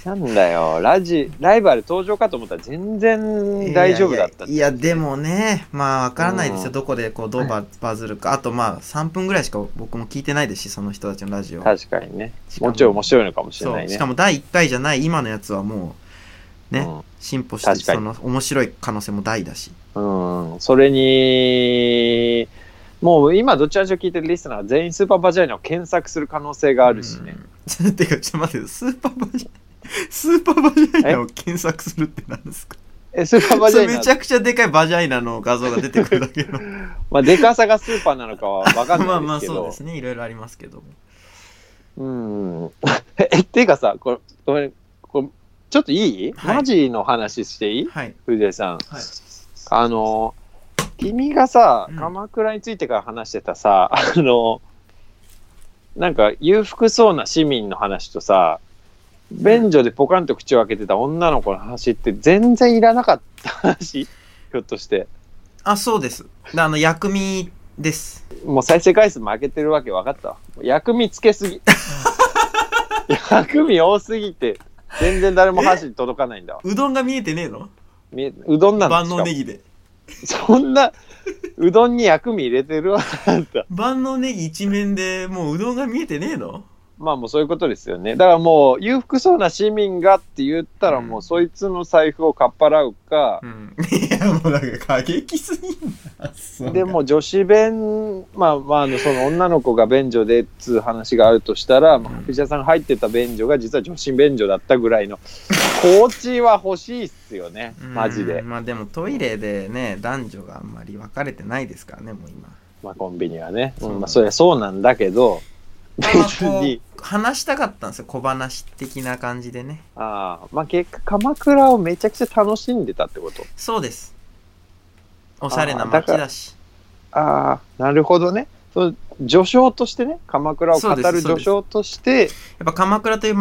B: なんだよラジライバル登場かと思ったら全然 大丈夫だった
C: いやいやいやでもねまあわからないですよ、
B: うん
C: どこでこうどうババズるかあとまあ3分ぐらいしか僕も聞いてないですしその人たちのラジオ
B: 確かにね
C: しかも
B: もうちょい面白いのかもしれ
C: そ
B: ないうね
C: しかも第1回じゃない今のやつはもうね、進歩して
B: 確かに
C: その面白い可能性も大だし
B: うん、うん、それにもう今どちらにしろ聞いてるリスナー全員スーパーバジャイナを検索する可能性があるしね、
C: うん てかちょっと待ってスーパーバジャイスーパーバジャイナを検索するって何ですか
B: えスーパーバジ
C: そ
B: ャ
C: れ
B: イナ
C: めちゃくちゃでかいバジャイナの画像が出てくるだけ の
B: まあ、でかさがスーパーなのかは分かん
C: ま
B: な
C: あ
B: い
C: ま
B: で
C: あ
B: すけ
C: そうで
B: ど
C: す。ねいろいろありますけども
B: うん。え、っていうかさ、これ、ごめん、これちょっといい、
C: はい
B: マジの話していい
C: はい
B: 藤井さん。
C: はい
B: あの、君がさ
C: うん、
B: 鎌倉についてから話してたさ、あの、なんか裕福そうな市民の話とさ、便所でポカンと口を開けてた女の子の話って全然いらなかった話ひょっとして。
C: あそうですあの薬味です
B: もう再生回数負けてるわけ分かったわ。薬味つけす ぎ。薬味多すぎて、全然誰も箸に届かないんだわ。
C: うどんが見えてねえの
B: みうどんなんだ
C: 万能ネギで
B: しかもそんな、うどんに薬味入れてるわ、あんた。
C: 万能ネギ一面でもううどんが見えてねえの
B: まあもうそういうことですよね。だからもう、裕福そうな市民がって言ったら、もうそいつの財布をかっぱらうか、
C: うんいやもうなんか過激すぎんなそう
B: でもう女子弁、まあまああの、その女の子が便所でっつう話があるとしたら、まあ、藤田さんが入ってた便所が実は女子便所だったぐらいの、コーチは欲しいっすよね
C: う、ん
B: マジで。
C: まあでもトイレでね男女があんまり分かれてないですからねもう今
B: まあコンビニはね。
C: そう
B: うんまあそりゃそうなんだけど、別に、
C: 話したかったんですよ小話的な感じでね
B: ああまあ結果、鎌倉をめちゃくちゃ楽しんでたってこと。
C: そうですおしゃれな街だし
B: ああ、なるほどね。その序章としてね鎌倉を語る
C: そうですそう
B: 序
C: です
B: 章として
C: やっぱ鎌倉という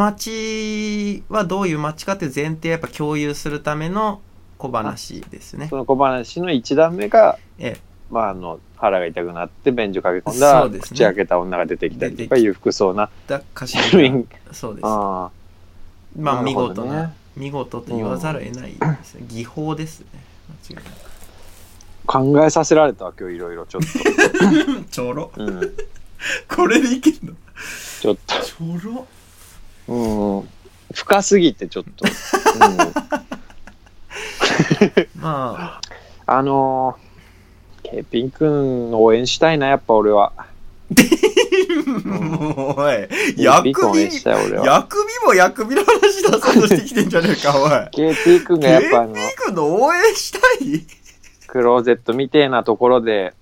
C: 街はどういう街かっていう前提をやっぱ共有するための小話ですね
B: そ。の小話の一段目が、
C: ええ
B: まあ、あの腹が痛くなって便所駆け込んだ、
C: そうですね
B: 口開けた女が出てきたりとか
C: 出てき
B: 裕福そうな
C: だ歌詞
B: ヘロイン
C: そうです。
B: あ
C: まあ
B: なる
C: 見
B: ほ
C: 事
B: どね
C: な、見事と言わざるを得ないですね。技法ですね。間違いな
B: ー考えさせられたわ今日いろいろちょっ
C: い。ちょろ。
B: と、うん、
C: これでいけるの
B: ちょっ
C: ちょろ。
B: と、うん、深すぎてちょっと、うん、
C: まあ、
B: あのー、ケーピン君の応援したいなやっぱ俺 は
C: もうおい、
B: ケーピン君
C: 薬
B: 応援
C: 味
B: し、たい俺は
C: 薬味も薬味の話出そうとしてきてんじゃねえか、お い。
B: ケーピン君がやっぱあの
C: ピークの応援したい
B: クローゼットみてえなところで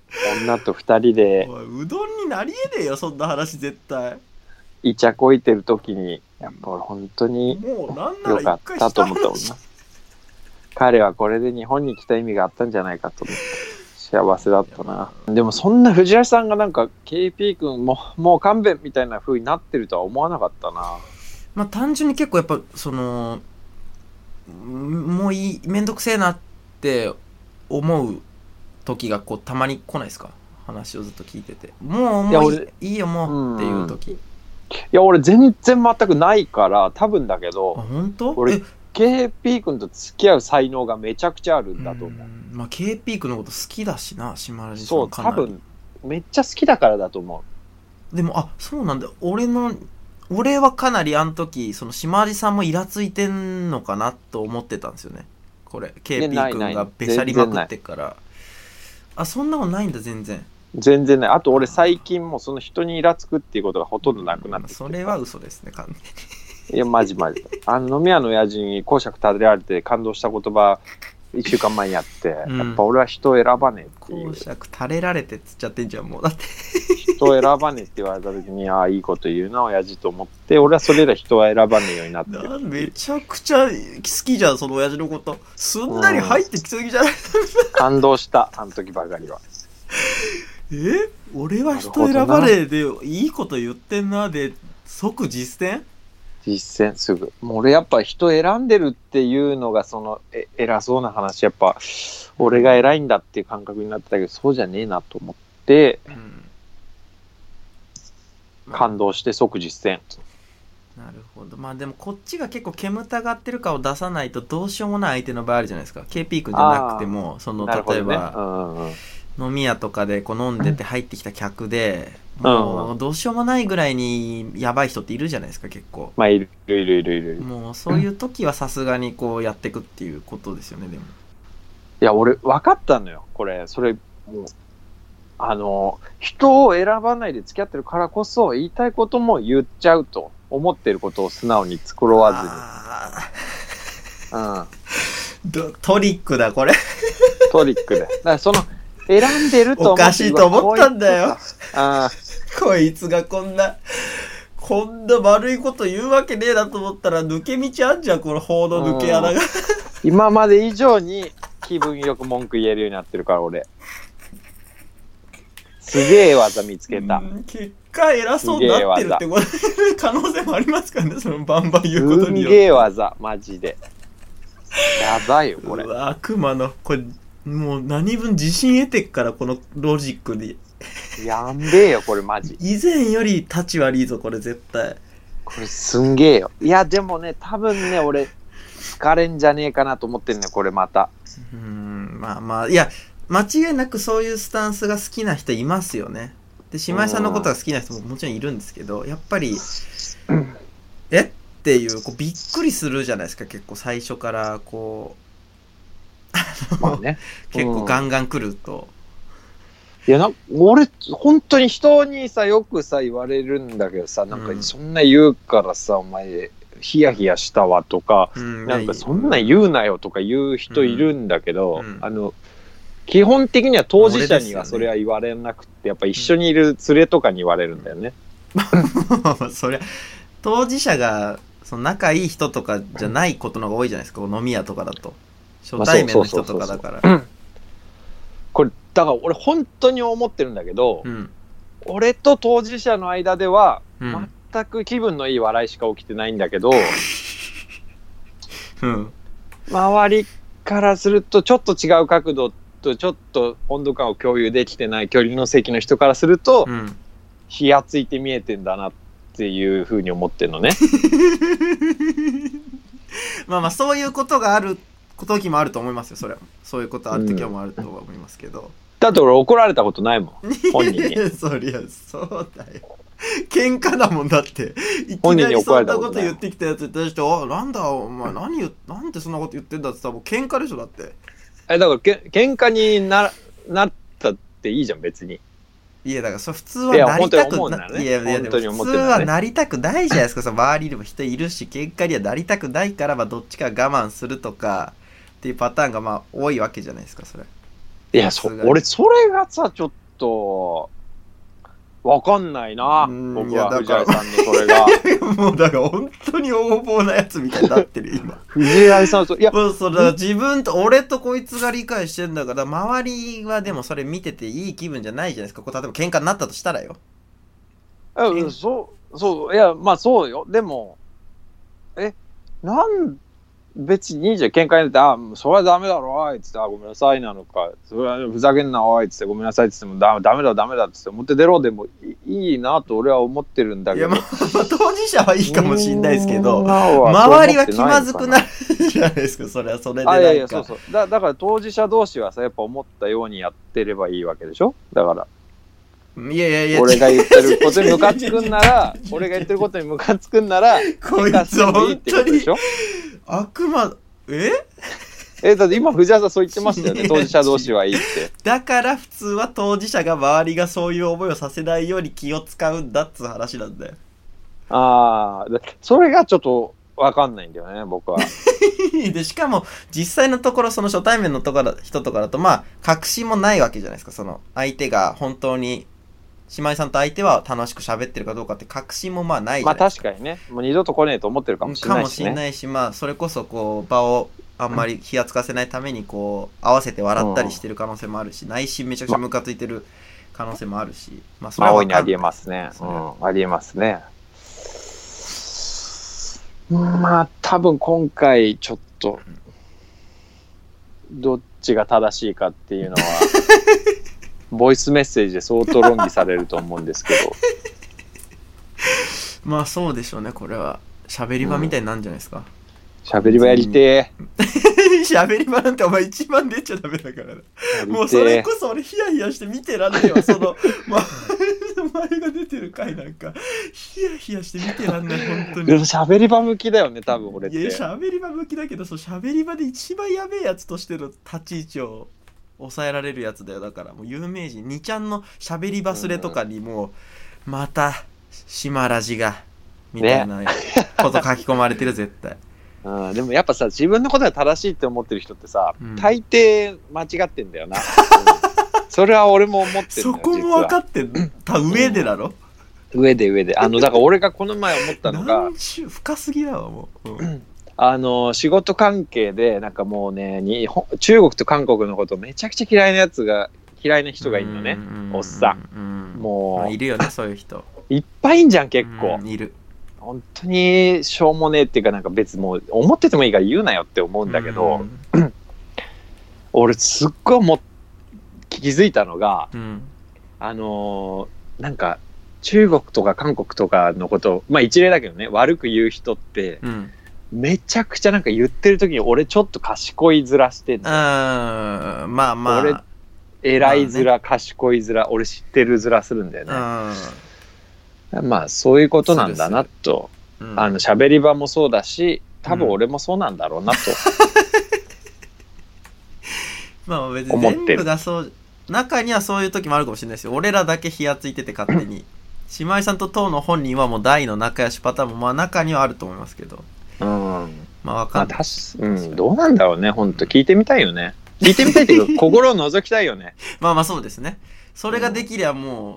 B: 女と二人で
C: おいうどんになりえねえよ、そんな話絶対。
B: イチャこいてる時にやっぱ俺本当に
C: もうなんな
B: 良
C: ら
B: か
C: 一回
B: った
C: し
B: と
C: た
B: 思ったもん
C: 話
B: な。彼はこれで日本に来た意味があったんじゃないかと思って幸せだったな。でもそんな藤原さんがなんか KP 君ももう勘弁みたいな風になってるとは思わなかったな。
C: まあ単純に結構やっぱそのうんもういいめんどくせえなって思う時がこうたまに来ないですか話をずっと聞いててもう
B: いや
C: もういい
B: 俺
C: いいよもうっていう時
B: いや俺全然全くないから多分だけ
C: あ
B: ど
C: 本当
B: 俺
C: え
B: KP 君と付き合う才能がめちゃくちゃあるんだと思う。
C: んまあ K ピークのこと好きだしな島田さん
B: そう
C: かな
B: 多
C: り
B: 分めっちゃ好きだからだと思う。
C: でもあそうなんだ俺の俺はかなりあの時その島地さんもイラついてんのかなと思ってたんですよねこれ KP
B: ない
C: 君
B: な
C: が
B: い
C: べしゃりまくってからあそんなことないんだ全然
B: 全然ない。あと俺最近もうその人にイラつくっていうことがほとんどなくなってきて
C: それは嘘ですね完全
B: いや、マジマジ。あの、飲み屋の親父に公爵立てられて感動した言葉、一週間前にやって、
C: うん
B: やっぱ俺は人を選ばねえってい
C: に
B: う
C: 公、爵垂れられてっつっちゃってんじゃんもうだって
B: 人を選ばねえって言われた時に、ああ、いいこと言うな、親父と思って、俺はそれら人は選ばねえようになってる。
C: なんめちゃくちゃ好きじゃんその親父のことすんなり入ってきすぎじゃない
B: 感動した、あの時ばかりは。
C: え俺は人選ばれでいいこと言ってんなで即実践
B: 実践すぐ。もう俺やっぱ人選んでるっていうのが、その、え偉そうな話、やっぱ、俺が偉いんだっていう感覚になってたけど、そうじゃねえなと思って、
C: うん
B: 感動して即実践。
C: なるほどまあでもこっちが結構煙たがってる顔出さないとどうしようもない相手の場合あるじゃないですか KP 君じゃなくてもその
B: なるほ
C: 例え
B: どね。
C: ば、
B: うんうんうん
C: 飲み屋とかでこう飲んでて入ってきた客で、
B: うん
C: もうどうしようもないぐらいにやばい人っているじゃないですか結構
B: まあ、いるいるいるいるいる。
C: もうそういう時はさすがにこうやってくっていうことですよねでも
B: いや、俺、分かったのよ。これ、それ、もう、あの、人を選ばないで付き合ってるからこそ、言いたいことも言っちゃうと。思ってることを素直に繕わ
C: あ
B: ずに。うん。
C: ーどトリックだこれ
B: トリックで。だから、その、選んでると思って
C: おかしいと思ったんだよ。
B: うわこいつ
C: こいつがこんな、こんな悪いこと言うわけねえなと思ったら、抜け道あんじゃん、この法の抜け穴が。
B: うん今まで以上に気分よく文句言えるようになってるから、俺。すげえ技見つけた。
C: うん結果、偉そうになってるってこと可能性もありますからね、そのバンバン言うこと
B: すん
C: によって。
B: げえ技、マジで。やばいよ、これ
C: う。わ悪魔の、これ、もう何分自信得てっから、このロジックに。
B: やんべえよ、これマジ。
C: 以前より立ち悪いぞ、これ絶対。
B: これすんげえよ。いや、でもね、多分ね、俺、疲れんじゃねえかなと思ってんね、これま た。
C: うん、まあまあ、いや、間違いなくそういうスタンスが好きな人いますよね。で、姉妹さんのことが好きな人ももちろんいるんですけど、やっぱり、えっていう、こうびっくりするじゃないですか、結構最初から、こ
B: まあね。
C: う、結構ガンガン来ると。
B: いや、な俺、本当に人にさ、よくさ、言われるんだけどさ、なん
C: う
B: か、
C: ん
B: そんな言うからさ、お前、ヒヤヒヤしたわとか、
C: うん、
B: なんか、そん
C: い
B: な
C: や
B: ん言うなよとか言う人いるんだけど、
C: うんうん
B: あの、基本的には当事者に
C: 俺ですよ
B: は
C: ね
B: それは言われなくって、やっぱ一緒にいる連れとかに言われるんだよね。
C: そりゃ、当事者が、その仲いい人とかじゃないことの方が多いじゃないですか、こう飲み屋とかだと。初対面の人とかだから。
B: これ、だから俺本当に思ってるんだけど、
C: うん。
B: 俺と当事者の間では、
C: うん。
B: 全く気分のいい笑いしか起きてないんだけど、
C: うん。
B: 周りからするとちょっと違う角度とちょっと温度感を共有できてない距離の席の人からすると、
C: うん。
B: 火がついて見えてんだなっていうふうに思ってんのね。
C: まあまあ、そういうことがある時もあると思いますよ、それは。そういうことある時もあるとは思いますけど。
B: だって俺怒られたことないもん。本人に。
C: そりゃ、そうだよ。喧嘩だもんだって。いき
B: 本
C: な
B: 人に
C: り
B: 怒
C: そ
B: られ
C: んな
B: た
C: こ
B: こと
C: と
B: ない
C: 言ってきたやつに対して、おなんだ、お前、何言、なんでそんなこと言ってんだってさ、もう喧嘩でしょ、だって。
B: え、だからけ喧嘩にななったっていいじゃん、別に。
C: いやだからそ普通
B: いや
C: はなりたく
B: 本当に思うんだ
C: な
B: よね
C: いやいや
B: 本
C: で
B: 当に
C: も
B: 思
C: 普
B: っ
C: 通
B: てるんだ
C: は
B: ね
C: なりたくないじゃないですかその周りにも人いるし喧嘩にはなりたくないからまあどっちか我慢するとかっていうパターンがまあ多いわけじゃないですかそれ
B: いや、そ
C: さすがに
B: 俺、それがさ、ちょっと、わかんないな。
C: うん
B: 僕
C: いや
B: は
C: だ
B: 藤
C: から
B: 井さんのそれ が。
C: もうだから本当に横暴なやつみたいになって る今
B: 藤井さん、そういや、
C: もうそれは自分と俺とこいつが理解してんだから周りはでもそれ見てていい気分じゃないじゃないですかこう例えば喧嘩になったとしたらよ
B: うん、そう、そう、いや、まあそうよ。でも、え、なん、別にいいじゃん。喧嘩になって、あ、もうそれはダメだろ、おい、つって、あ、ごめんなさいなのか、それはふざけんな、おい、つって、ごめんなさい、つっても、ダメダメだ、ダメだ、つって、思って出ろでもいいいなと俺は思ってるんだ
C: い
B: け
C: や
B: ど。
C: まあまあ当事者はいいかもしんないですけど
B: みんなはそう思っ
C: 周
B: て
C: りは気まずく
B: ないのか
C: なるじゃないですかそれはそれでなん
B: あ
C: か
B: いやいやそうそうだだから当事者同士はさやっぱ思ったようにやってればいいわけでしょだから
C: いやいやいや、
B: 俺が言ってることにムカつくんなら俺が言ってることにムカつくんなら
C: こい
B: 出し
C: つ
B: てもいいっ
C: 本
B: てこ
C: 当
B: とで
C: に
B: しょ
C: 悪魔、え
B: えだって今藤原さんそう言ってましたよ
C: い や
B: ね当事者同士はいいって
C: だから普通は当事者が周りがそういう思いをさせないように気を使うんだっつう話なんだよ。
B: ああそれがちょっとわかんないんだよね僕は
C: で、しかも実際のところその初対面のところ人とかだとまあ確信もないわけじゃないですか。その相手が本当に、姉妹さんと相手は楽しく喋ってるかどうかって確信もまあないじ
B: ま
C: ゃ
B: あ
C: ないですか。
B: 確かにねもう二度と来ねえと思ってるかもしれ
C: か
B: ない
C: も
B: し
C: しれ
B: ね
C: ないし、まあ、それこそこう場をあんまり気がつかせないためにこう合わせて笑ったりしてる可能性もあるし、内心めちゃくちゃムカついてる可能性もあるし、まあ、そ
B: ま
C: れ
B: あ
C: は
B: 大い
C: 分
B: に
C: か
B: あ
C: んな
B: り
C: い
B: えますね
C: それは
B: うんありえますねうんまあ多分今回ちょっとどっちが正しいかって いうのはボイスメッセージで相当論議されると思うんですけど
C: まあそうでしょうねこれは喋り場みたいになるんじゃないですか
B: 喋り場やりて
C: 喋、り場なんてお前一番出ちゃダメだからな
B: えやりてえ
C: もうそれこそ俺ヒヤヒヤして見てらんねえわその、 ま、前が出てる回なんかヒヤヒヤして見てらんない本当に
B: でも喋り場向きだよね多分俺っ
C: いや
B: て
C: 喋り場向きだけどそう喋り場で一番やべえやつとしての立ち位置を抑えられるやつだよだからもう有名人2ちゃんの喋り忘れとかにもうまた島ラジがみたいなこと書き込まれてる絶 対
B: うん、でもやっぱさ自分のことが正しいって思ってる人ってさ、
C: うん
B: 大抵間違ってんだよ な、うんそれは俺も思ってる
C: そこも分か
B: っ
C: ってた上でだろ
B: 上で上であのだから俺がこの前思ったのが
C: 何週深すぎだわもう、うん
B: あの仕事関係でなんかもうね日本中国と韓国のことめちゃくちゃ嫌いなやつが嫌いな人がいるのねおっさ
C: ん
B: もう
C: まあいるよねそういう人
B: いっぱいいんじゃん結構
C: うんいる
B: 本当にしょうもねえっていうかなんか別にもう思っててもいいから言うなよって思うんだけど、
C: うん
B: 俺すっごいも気づいたのが
C: うん
B: あのーなんか中国とか韓国とかのことまあ一例だけどね悪く言う人って
C: うん
B: めちゃくちゃなんか言ってる時に俺ちょっと賢い面してんの
C: あーまあまあ
B: 俺偉い面、賢い面俺知ってる面するんだよね、まあそういうことなんだなと、
C: うん
B: あの喋り場もそうだし、多分俺もそうなんだろうなと。
C: まあ別に
B: 思って
C: 全
B: る
C: 部がそう中にはそういう時もあるかもしれないですよ俺らだけ火がついてて勝手に姉妹さんと当の本人はもう大の仲良しパターンもまあ中にはあると思いますけど
B: うん。
C: まあわ
B: ま
C: か
B: あ、
C: んない、
B: たし、うん、どうなんだろうね、本当聞いてみたいよね。聞いてみたいっていう か、心を覗きたいよね。
C: まあまあそうですねそれができりゃもう、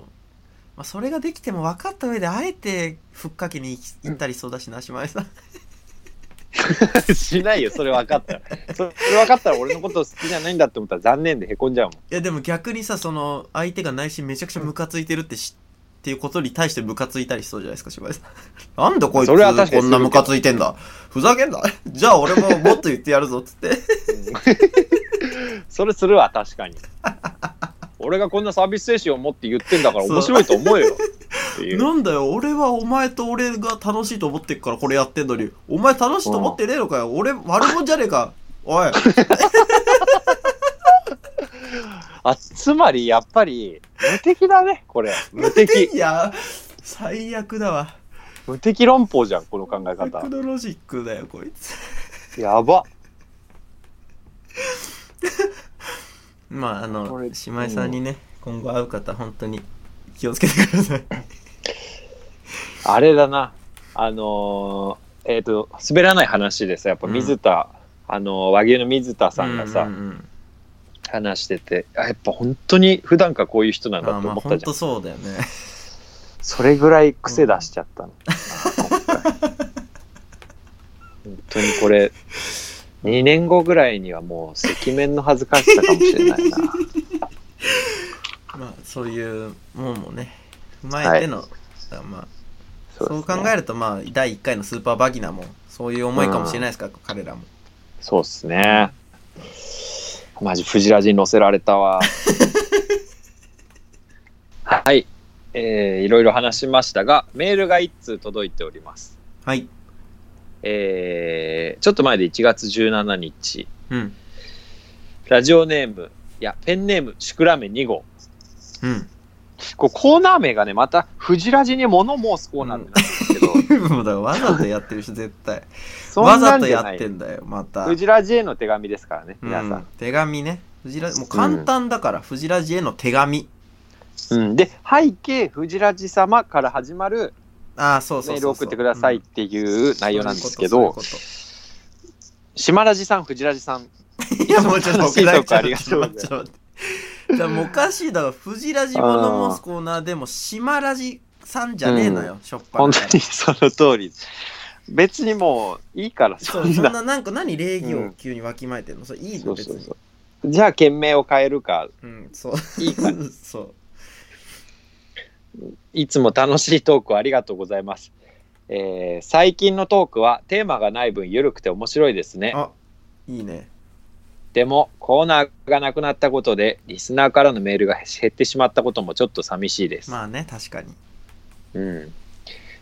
C: まあ、それができても分かった上であえてふっかけに行き行ったりそうだしな姉妹さん
B: しないよ、それ分かったら。それ分かったら俺のこと好きじゃないんだって思ったら残念でへこんじゃうもん。
C: いやでも逆にさその相手が内心めちゃくちゃムカついてるって知っていうことに対してムカついたりしそうじゃないですか、柴井さん。なん でこいつ
B: それは確かに
C: こんなムカついてんだふざけんな じゃあ俺ももっと言ってやるぞっつって。
B: それするわ、確かに。俺がこんなサービス精神を持って言ってんだから
C: そう
B: 面白いと思えよ。っていう。
C: なんだよ、俺はお前と俺が楽しいと思ってっからこれやってんのに、お前楽しいと思ってねえのかよ、俺悪者じゃね えか。おい、
B: あ、つまり、やっぱり、無敵だね、これ。無敵。
C: いや、最悪だわ。
B: 無敵論法じゃん、この考え
C: テク
B: 方。
C: ノロジックだよ、こいつ。
B: やば。
C: まあ、
B: こ
C: あの
B: れ、
C: 島井さんにね、今後会う方、本当に気をつけてください。
B: あれだな。あのーえっ、と、滑らない話でさ、やっぱ水田、あのー和牛の水田さんがさ、
C: ううんうん
B: 話してて、あやっぱ本当に普段からこういう人なん
C: あ
B: だ
C: あ
B: と
C: まあ
B: 思った
C: 本
B: じゃん。
C: 当そうだよね。
B: それぐらい癖出しちゃったの。本当にこれ、2年後ぐらいにはもう赤面の恥ずかしさかもしれないな。
C: まあそういうもんもね踏まえての、あまあ、
B: そ
C: そう考え
B: る。
C: るとまあ第1回のスーパーバギナもそういう思いかもしれないですから、彼らも
B: そうっすね。マジ、フジラジに乗せられたわ。はい。えーいろいろ話しましたが、メールが1通届いております。
C: はい
B: えーちょっと前で1月17日、
C: うん
B: ラジオネーム、いや、ペンネーム、シクラメ2号。
C: うん
B: こうコーナー名がね、また、フジラジに物申すコーナーなんですけど、
C: もうだからわざとやってる人絶対
B: そ
C: わ
B: んな
C: ざ
B: ん
C: と
B: じゃ
C: や
B: ない
C: ってんだよまた、
B: フジラジへの手紙ですからね、
C: う
B: 皆さん
C: ん。、手紙ね藤ラもう簡単だから、藤ラジへの手紙
B: うん、で、背景、フジラジ様から始まる
C: ああそうそ
B: メー
C: うそ
B: ル
C: う
B: を送ってくださいっていう内容なんですけど、
C: い
B: 島ラジさん、フジラジさん、
C: やもうちょっと
B: 楽しいトークありがとうございます
C: ちょっと待ってじゃあもうおかしいだろ藤ラジ物申すコーナーでも島ラジさんじゃねえのよ、しょっぱ
B: 本
C: な
B: 当にその通り。別にもういいから、そ
C: そ
B: ん
C: うそん
B: な。
C: ななんか何礼儀を急にわきまえてんの、それいい
B: そ
C: の
B: う
C: 別
B: そう
C: に
B: そうじゃあ、件名を変えるか、
C: うんそう
B: いいか
C: そう
B: いつも楽しいトークをありがとうございます。えー最近のトークはテーマがない分緩くて面白いです ね。
C: あいいね
B: でもコーナーがなくなったことでリスナーからのメールが減ってしまったこともちょっと寂しいです。
C: まあね確かに
B: うん、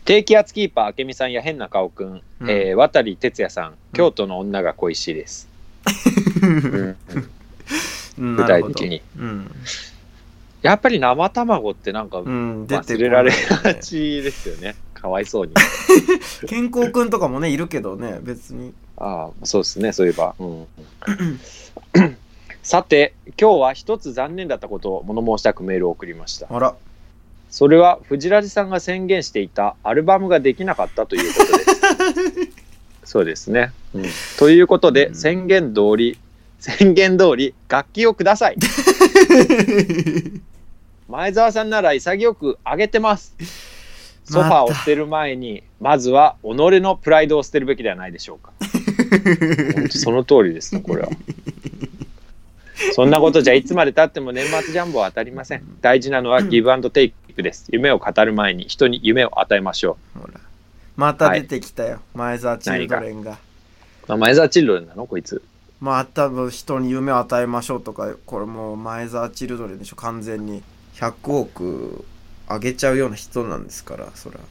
B: 低気圧キーパー明美さんや変な顔くん、
C: うん
B: えー渡哲也さん、京都の女が恋しいです。 うん
C: うん
B: 具
C: なる
B: 体
C: ほど
B: 的に。
C: うん、
B: やっぱり生卵ってなんか
C: うん、出て
B: 忘れられ
C: こない
B: が
C: よね
B: ちですよね。かわいそう に。
C: 健康くんとかもねいるけどね別に
B: ああ、そうですね、そういえば。うん、 さて、今日は一つ残念だったことを物申したくメールを送りました。
C: あら
B: それは、藤ラジさんが宣言していたアルバムができなかったということです。 そうですね。うん、ということで、
C: うん
B: 宣言通り、宣言通り、楽器をください。前澤さんなら潔くあげて ます。ソファーを捨てる前に、まずは己のプライドを捨てるべきではないでしょうか。本当その通りですね、これ は。そんなことじゃいつまでたっても年末ジャンボは当たりません。大事なのはギブアンドテイクです。夢を語る前に人に夢を与えましょ
C: ほらまた出てきたよ、前澤チルドレンが
B: う。あ前澤チルドレンなのこいつ。
C: まあ多分人に夢を与えましょうとかこれもう前澤チルドレンでしょ完全に100億あげちゃうような人なんですからそら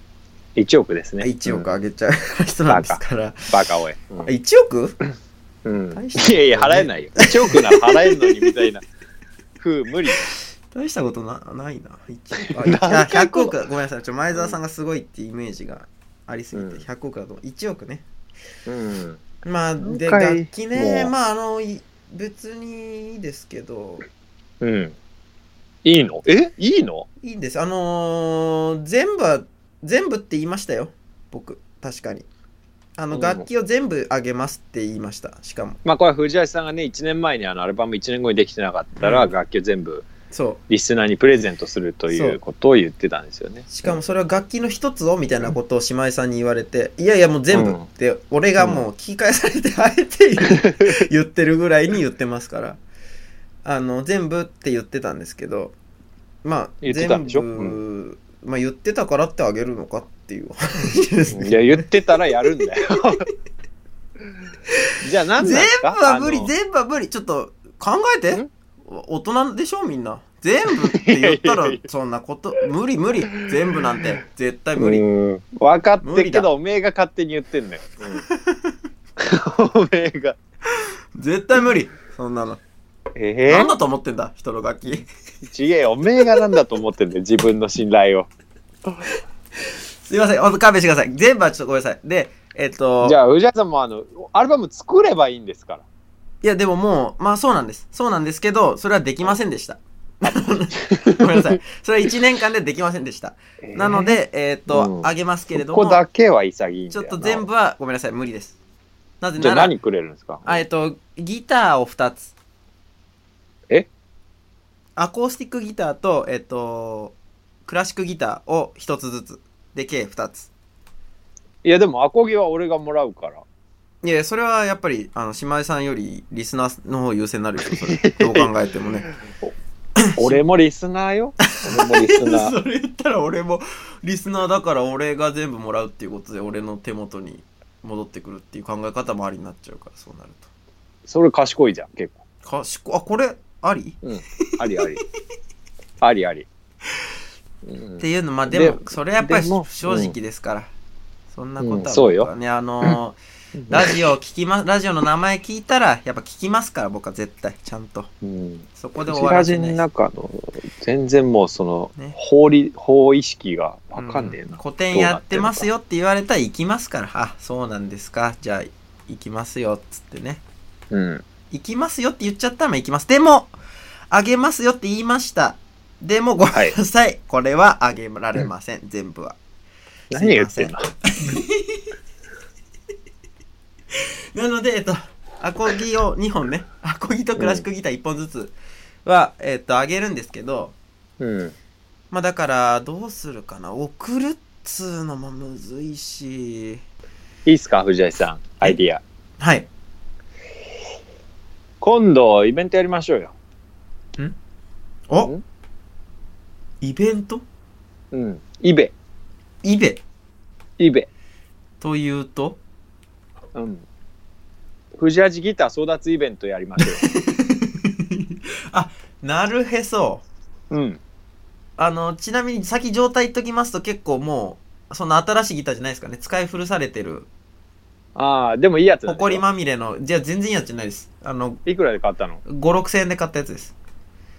B: 1億ですね。
C: 1億
B: うん
C: あげちゃう人なんですから。
B: バカおい。うん
C: あ1億
B: うん
C: 大したこと
B: いやいや、払えないよ。1億なら払えるのにみたいな。ふう、無理。
C: 大したことなないな。1億。あ
B: 何
C: いや
B: 回
C: 100
B: こう
C: 億。ごめんなさい。ちょ前澤さんがすごいってイメージがありすぎて、
B: うん
C: 100億だと思う。1億ね。
B: うん。
C: まあ、で、
B: 何回
C: 楽器ね、
B: もう
C: まあ、あの、い別にいいですけど、
B: うん。いいのえいいの
C: いいんです。あのー全部は、全部って言いましたよ。僕、確かに。あ
B: う
C: の、
B: ん
C: 楽器を全部あげますって言いました。しかも。
B: まあこれは藤橋さんがね1年前にあのアルバム1年後にできてなかったら
C: うん
B: 楽器を全部
C: そう。
B: リスナーにプレゼントするとい
C: そう
B: うことを言ってたんですよね。
C: しかもそれは楽器の一つをみたいなことを姉妹さんに言われて、いやいやもう全部
B: うん
C: って、俺がもう聞き返されて、あえて言ってるぐらいに言ってますから、あの、全部って言ってたんですけど、まあ、
B: 言ってたん
C: 全
B: でしょ
C: 部まあ、言ってたからってあげるのかっていう話ですね
B: いや、言ってたらやるんだ よ。じゃあ何なんで
C: 全
B: す
C: 部
B: か
C: は無理
B: あ、の
C: 全部は無理。ちょっと考えて
B: ん。
C: お大人でしょ、みんな。全部って言った
B: いやい
C: ら
B: やい、
C: そんなこと、無理無理。全部なんて、絶対無理。
B: うん分かって
C: 無
B: る
C: 理
B: け
C: だ
B: ど、おめえが勝手に言ってんだよ。うん おめえが。
C: 絶対無理。そんなの。
B: え
C: な
B: え
C: んだと思ってんだ、人の楽器。
B: ちげえよ、おめえがなんだと思ってんだよ、自分の信頼を。
C: すいません、ほんと勘弁してください。全部はちょっとごめんなさい。で、えっ、と
B: じ、ゃあ、藤原さんもあの、アルバム作ればいいんですから。
C: いや、でももう、まあそうなんです。そうなんですけど、それはできませんでした。 ごめんなさい。それは1年間でできませんでした。なので、えっ、
B: う
C: と、
B: ん
C: あげますけれど
B: ここだ
C: も、
B: けは潔いんだ
C: ちょ
B: よ
C: っ
B: な
C: と全部はごめんなさい、無理です。なぜ
B: じゃ
C: な
B: あ
C: ら、
B: 何くれるんですか
C: あえっと、ギターを2つ。
B: え
C: アコースティックギターと、えっと、クラシックギターを1つずつ。で、計2つ。
B: いやでもアコギは俺がもらう から
C: いや、それはやっぱり、あの、島井さんよりリスナーの方優先になるよ、それ。どう考えてもね。
B: 俺もリスナーよ俺もリスナー
C: それ言ったら俺もリスナーだから俺が全部もらうっていうことで俺の手元に戻ってくるっていう考え方もありになっちゃうからそうなる
B: それ賢いじゃん結構
C: とかしこあこれあり、
B: ありありありあり、うん
C: っていうのまあでも
B: で
C: それやっぱり
B: でも
C: 正直ですから、そんなことは、
B: うんそうよ
C: 僕はね あのーラジオ聞きまラジオの名前聞いたらやっぱ聞きますから僕は絶対ちゃんと
B: うん、
C: そこで終わ
B: ラ
C: ら
B: ジ
C: せ
B: の
C: ない
B: 中の全然もうその、
C: ね
B: 法理法意識がわかんねえ
C: う
B: な、
C: 古典やってますよって言われたら行きますからあそうなんですかじゃあ行きますよっつってね
B: うん、
C: 行きますよって言っちゃったらまあ行きます。でも、あげますよって言いました。でもごめんなさい。これはあげられません。全部は。
B: 何言ってんの
C: なので、えっと、アコギを2本ね。 アコギとクラシックギター1本ずつは、えっと、あげるんですけど、
B: うん
C: まあだから、どうするかな。送るっつうのもむずいし。
B: いいっすか藤井さんアイディア
C: はい。
B: 今度イベントやりましょうよ
C: お
B: ん
C: イベント
B: うんイベ
C: イベ
B: イベ
C: というと
B: うん藤井ギター争奪イベントやりましょ
C: なるへそ。
B: ううん
C: あの、ちなみに先状態言っときますと結構もう、その新しいギターじゃないですかね。使い古されてる。
B: ああでもいいやつなん
C: ほ
B: でしょ
C: こりまみれの、じゃあ全然いいやつじゃないです。あの、
B: いくらで買ったの
C: 5、6千円で買ったやつです。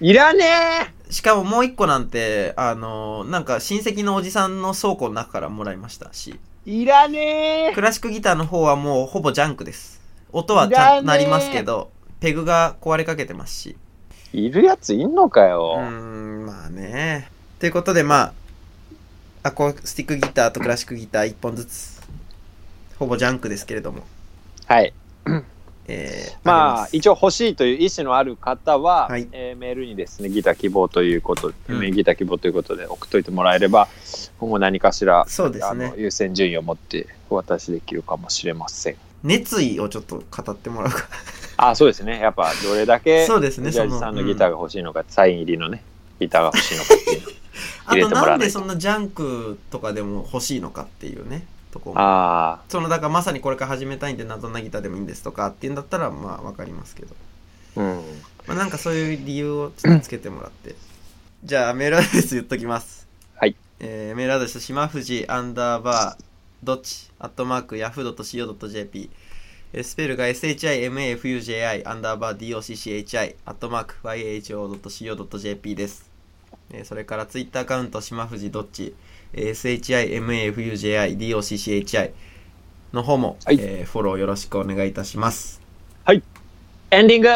B: いらね
C: しかももう一個なんて、あの、なんか親戚のおじさんの倉庫の中からもらいましたし、
B: えいらね
C: クラシックギターの方はもうほぼジャンクです。音はちゃんとなりますけど、ペグが壊れかけてますし。
B: えいるやついんのか
C: う
B: よ、
C: ーん、まあね。ということで、まあ、アコースティックギターとクラシックギター1本ずつ、ほぼジャンクですけれども。
B: はい
C: えー、
B: まあ
C: げす
B: 一応欲しいという意思のある方は、
C: はい
B: えーメールにですねギター希望ということ、
C: うん
B: ギター希望ということで送っといてもらえれば今後何かしら
C: そうです
B: あ
C: ね
B: の優先順位を持ってお渡しできるかもしれません
C: 熱意をちょっと語ってもらうか。
B: あそうですねやっぱどれだけ
C: そうですね、
B: ジ
C: そ
B: ャージ
C: の。
B: さんのギター
C: うん
B: が欲しいのか、サイン入りのねギターが欲しいのかっていうの
C: あ
B: 入れ
C: と
B: てもら
C: な
B: わ
C: ん
B: ない
C: で
B: と
C: そんなジャンクとかでも欲しいのかっていうね、とこも
B: ああ
C: その、だからまさにこれから始めたいんで、謎なギターでもいいんですとかっていうんだったら、まあわかりますけど。
B: うん
C: まあなんかそういう理由をちょっとつけてもらって。じゃあメールアドレス言っときます。
B: はい。
C: えー、メールアドレス、しまふじアンダーバーどっちアットマークヤフー .co.jp えースペルが shimafuji アンダーバー docchi アットマーク yho.co.jp です。えーそれからツイッターアカウントしまふじどっちえー shimafuji docchi の方も、
B: はい
C: えーフォローよろしくお願いいたします。
B: エンディング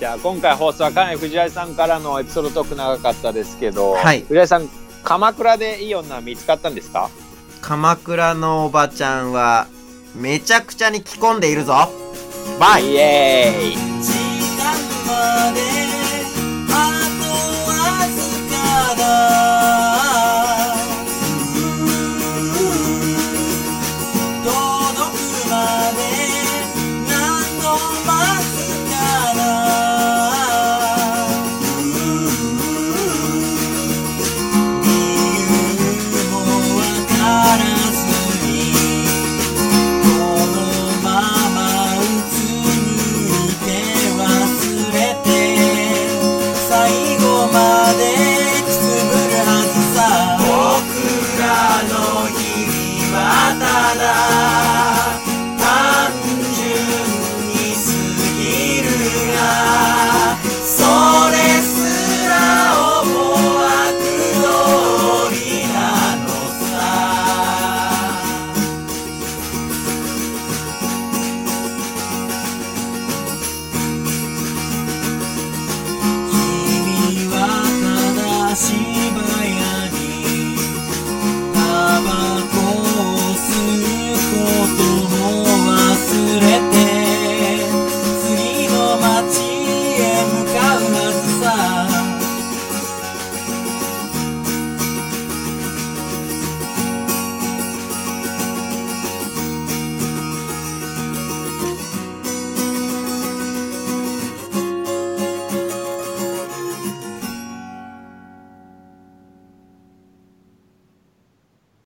B: じゃあ今回放送はかなり藤井さんからのエピソードトーク長かったですけど、
C: はい
B: 藤井さん鎌倉でいい女は見つかったんですか
C: 鎌倉のおばちゃんはめちゃくちゃに着込んでいるぞバイ
B: イエーイ
D: 「自